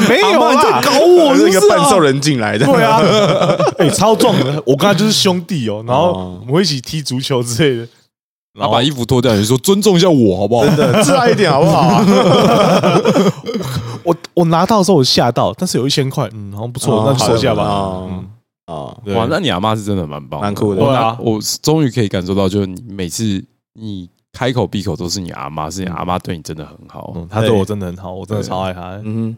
Speaker 3: 嬷没有
Speaker 2: 阿嬷
Speaker 3: 啊
Speaker 2: 你在搞我
Speaker 3: 是不
Speaker 2: 是一
Speaker 3: 是啊
Speaker 2: 个半兽人进来 的，
Speaker 3: 对啊， 哎、超壮的，我跟他就是兄弟哦、然后我们会一起踢足球之类的。
Speaker 1: 然后把衣服脱掉，你就说尊重一下我好不好？
Speaker 2: 对，自爱一点好不好啊？
Speaker 3: 我我拿到的时候我吓到，但是有一千块，嗯，好像不错，
Speaker 2: 哦
Speaker 3: 那就收下吧。
Speaker 2: 好的
Speaker 3: 嗯，
Speaker 2: 哦，
Speaker 3: 对
Speaker 1: 哇，那你阿妈是真的蛮棒，
Speaker 2: 蛮酷的
Speaker 1: 我
Speaker 3: 对啊
Speaker 1: 我终于可以感受到，就是你每次你开口闭口都是你阿妈，是你阿妈对你真的很好。
Speaker 3: 嗯，他对我真的很好，我真的超爱他。嗯
Speaker 2: 嗯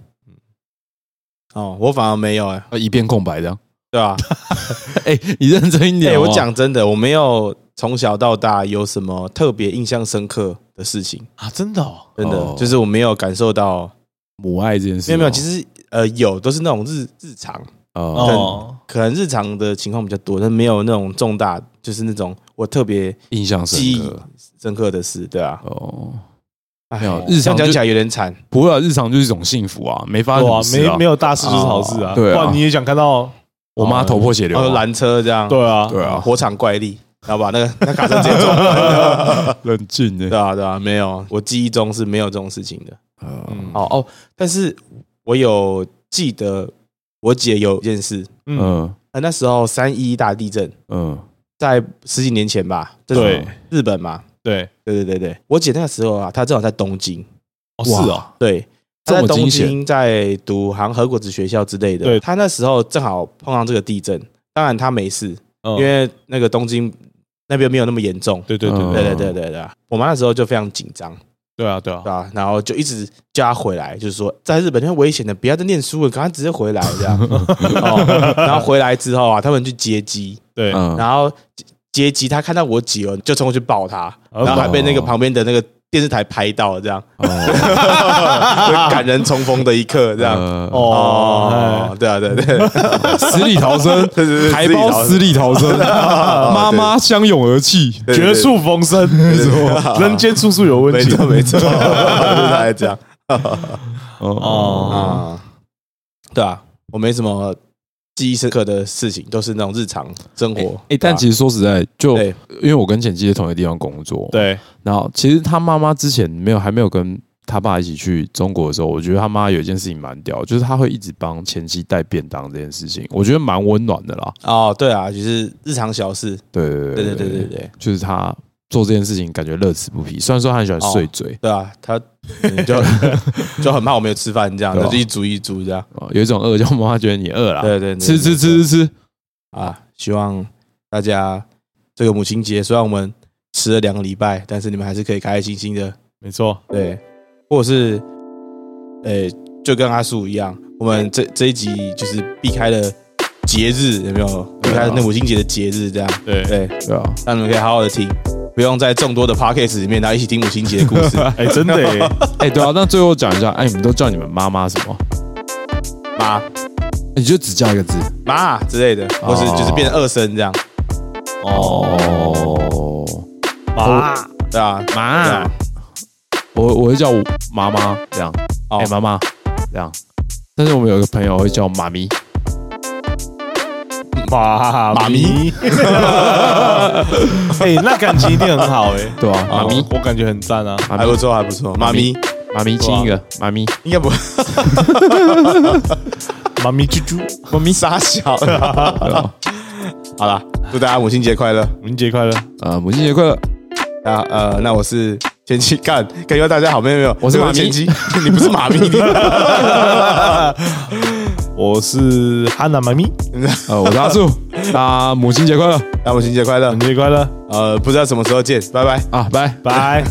Speaker 2: 哼，哦，我反而没有哎，
Speaker 1: 呃一片空白的，
Speaker 2: 对吧？
Speaker 1: 哎、你认真一点、
Speaker 2: 哎，
Speaker 1: 哦
Speaker 2: 我讲真的，我没有从小到大有什么特别印象深刻的事情，
Speaker 3: 啊，真的哦，
Speaker 2: 真的
Speaker 1: 哦
Speaker 2: 就是我没有感受到，
Speaker 1: 母爱这件事哦、
Speaker 2: 没有没有，其实呃有都是那种日日常，
Speaker 1: 哦，
Speaker 3: 哦，
Speaker 2: 可能日常的情况比较多，但没有那种重大，就是那种我特别
Speaker 1: 印象
Speaker 2: 记
Speaker 1: 深
Speaker 2: 忆
Speaker 1: 刻
Speaker 2: 深刻的事，对啊，
Speaker 1: 哦，
Speaker 2: 哎
Speaker 1: 没有日
Speaker 2: 这
Speaker 1: 常
Speaker 2: 样
Speaker 1: 就
Speaker 2: 讲起来有点惨，
Speaker 1: 不会、啊，日常就是一种幸福啊，没发生
Speaker 3: 对啊，
Speaker 1: 什么事啊
Speaker 3: 没没有大事就是好事啊。
Speaker 1: 哦对啊
Speaker 3: 不然你也想看到？
Speaker 1: 我妈头破血流、
Speaker 2: 然后
Speaker 1: 啊，
Speaker 2: 拦车这样，
Speaker 3: 对啊，
Speaker 1: 对啊，
Speaker 2: 哦火场怪力，然后把 那个那卡车直接撞坏
Speaker 1: 冷静欸
Speaker 2: 对
Speaker 1: 的，
Speaker 2: 啊对啊，没有，我记忆中是没有这种事情的。
Speaker 1: 嗯
Speaker 2: 哦哦，但是我有记得我姐有一件事，
Speaker 3: 嗯，
Speaker 1: 嗯
Speaker 2: 呃，那时候三一大地震，
Speaker 1: 嗯，
Speaker 2: 在十几年前吧，这是
Speaker 3: 对
Speaker 2: 日本嘛，
Speaker 3: 对，
Speaker 2: 对对对对，我姐那个时候啊，她正好在东京，
Speaker 3: 哦是哦，
Speaker 1: 哇，
Speaker 2: 对，
Speaker 1: 这
Speaker 2: 她在
Speaker 1: 么
Speaker 2: 东
Speaker 1: 惊险
Speaker 2: 京在读好像和果子学校之类的，
Speaker 3: 对
Speaker 2: 她那时候正好碰上这个地震，当然她没事，
Speaker 3: 嗯
Speaker 2: 因为那个东京那边没有那么严重。
Speaker 3: 对对对
Speaker 1: 嗯
Speaker 2: 对对对对对啊，我妈那时候就非常紧张，
Speaker 3: 对啊对
Speaker 2: 对
Speaker 3: 啊，
Speaker 2: 吧、然后就一直叫她回来，就是说在日本那危险的，不要再念书了，赶快直接回来 这样。哦，然后回来之后啊，他们去接机，
Speaker 3: 对，
Speaker 1: 嗯，
Speaker 2: 然后接接机，她看到我姐哦，就冲过去抱她，
Speaker 3: 哦
Speaker 2: 然后还被那个旁边的那个电视台拍到了，这样
Speaker 1: 哦
Speaker 2: 很感人重逢的一刻， 这样。
Speaker 1: 呃哎
Speaker 3: 哦，
Speaker 2: 哦，对啊，对对， 对
Speaker 1: 死里逃生，
Speaker 2: 对对对
Speaker 1: 台胞死里逃 生，啊妈妈相拥而泣，
Speaker 3: 哎
Speaker 2: 对对
Speaker 3: 绝处逢生，人间处处有温
Speaker 2: 没
Speaker 3: 情
Speaker 2: 错。没 错，就是大概这样
Speaker 1: 哦，
Speaker 2: 啊。对啊，我没什么记忆深刻的事情，都是那种日常生活。
Speaker 1: 哎，但其
Speaker 2: 实
Speaker 1: 实说实在，就
Speaker 2: 啊对
Speaker 1: 因为我跟前妻在同一个地方工作，
Speaker 3: 对，
Speaker 1: 然后其实他妈妈之前没有还没有跟他爸一起去中国的时候，我觉得他妈有一件事情蛮屌，就是他会一直帮前妻带便当这件事情，我觉得蛮温暖的啦。
Speaker 2: 哦，对啊，就是日常小事。
Speaker 1: 对对
Speaker 2: 对对对对对，
Speaker 1: 就是他做这件事情感觉乐此不疲，虽然说他很喜欢碎嘴
Speaker 2: 对啊，他嗯就 就很怕我没有吃饭，这样
Speaker 1: 对啊
Speaker 2: 就一煮一煮这样。
Speaker 1: 啊，有一种饿叫妈妈觉得你饿了，
Speaker 2: 对对，对
Speaker 1: 吃吃吃吃吃，
Speaker 2: 啊！希望大家这个母亲节，虽然我们迟了两个礼拜，但是你们还是可以开开心心的，
Speaker 3: 没错，
Speaker 2: 对，或者是，呃、就跟阿树一样，我们这这一集就是避开了节日，有没有？避开了那母亲节的节日，这样
Speaker 3: 对，
Speaker 2: 对，
Speaker 1: 对啊，
Speaker 2: 让你们可以好好的听，不用在众多的 podcast 里面，然后一起听母亲节的故 事。
Speaker 3: 哎，真的耶，
Speaker 1: 哎、对啊，那最后讲一下，哎、你们都叫你们妈妈什么？
Speaker 2: 妈
Speaker 1: 你就只叫一个字
Speaker 2: 妈之类的，或是就是变成二声这样，
Speaker 1: 哦。
Speaker 3: 妈，
Speaker 2: 对吧、啊？
Speaker 1: 妈，我我会叫我妈妈这样，
Speaker 2: 哦
Speaker 1: 哎、妈妈这样。但是我们有一个朋友会叫我妈咪，
Speaker 3: 妈
Speaker 2: 妈咪，
Speaker 3: 哎，那感情一定很好哎，
Speaker 1: 对吧、啊？妈咪，
Speaker 3: 我感觉很赞啊，
Speaker 1: 妈
Speaker 2: 还不
Speaker 1: 咪，
Speaker 2: 错，还不错，妈咪
Speaker 1: 妈咪，亲一个，妈咪，
Speaker 2: 应该不会
Speaker 3: 妈咪啾啾，
Speaker 2: 我咪 傻小了。
Speaker 1: 对吧？
Speaker 2: 好啦， 祝大家母亲节快乐！
Speaker 3: 母亲节快乐，
Speaker 1: 呃，母亲节快乐！
Speaker 2: 那呃，那我是前妻， 干，感觉大家好，没有没有，
Speaker 1: 我是
Speaker 2: 对
Speaker 1: 妈咪
Speaker 2: 前妻， 你不是妈咪，
Speaker 3: 我是汉娜妈咪，
Speaker 1: 呃，我是阿 树，大家母亲节快乐
Speaker 2: 那母亲节快乐
Speaker 3: 母！亲节快乐，
Speaker 2: 呃，不知道什么时候见，拜拜。
Speaker 1: 啊，拜。
Speaker 3: 拜。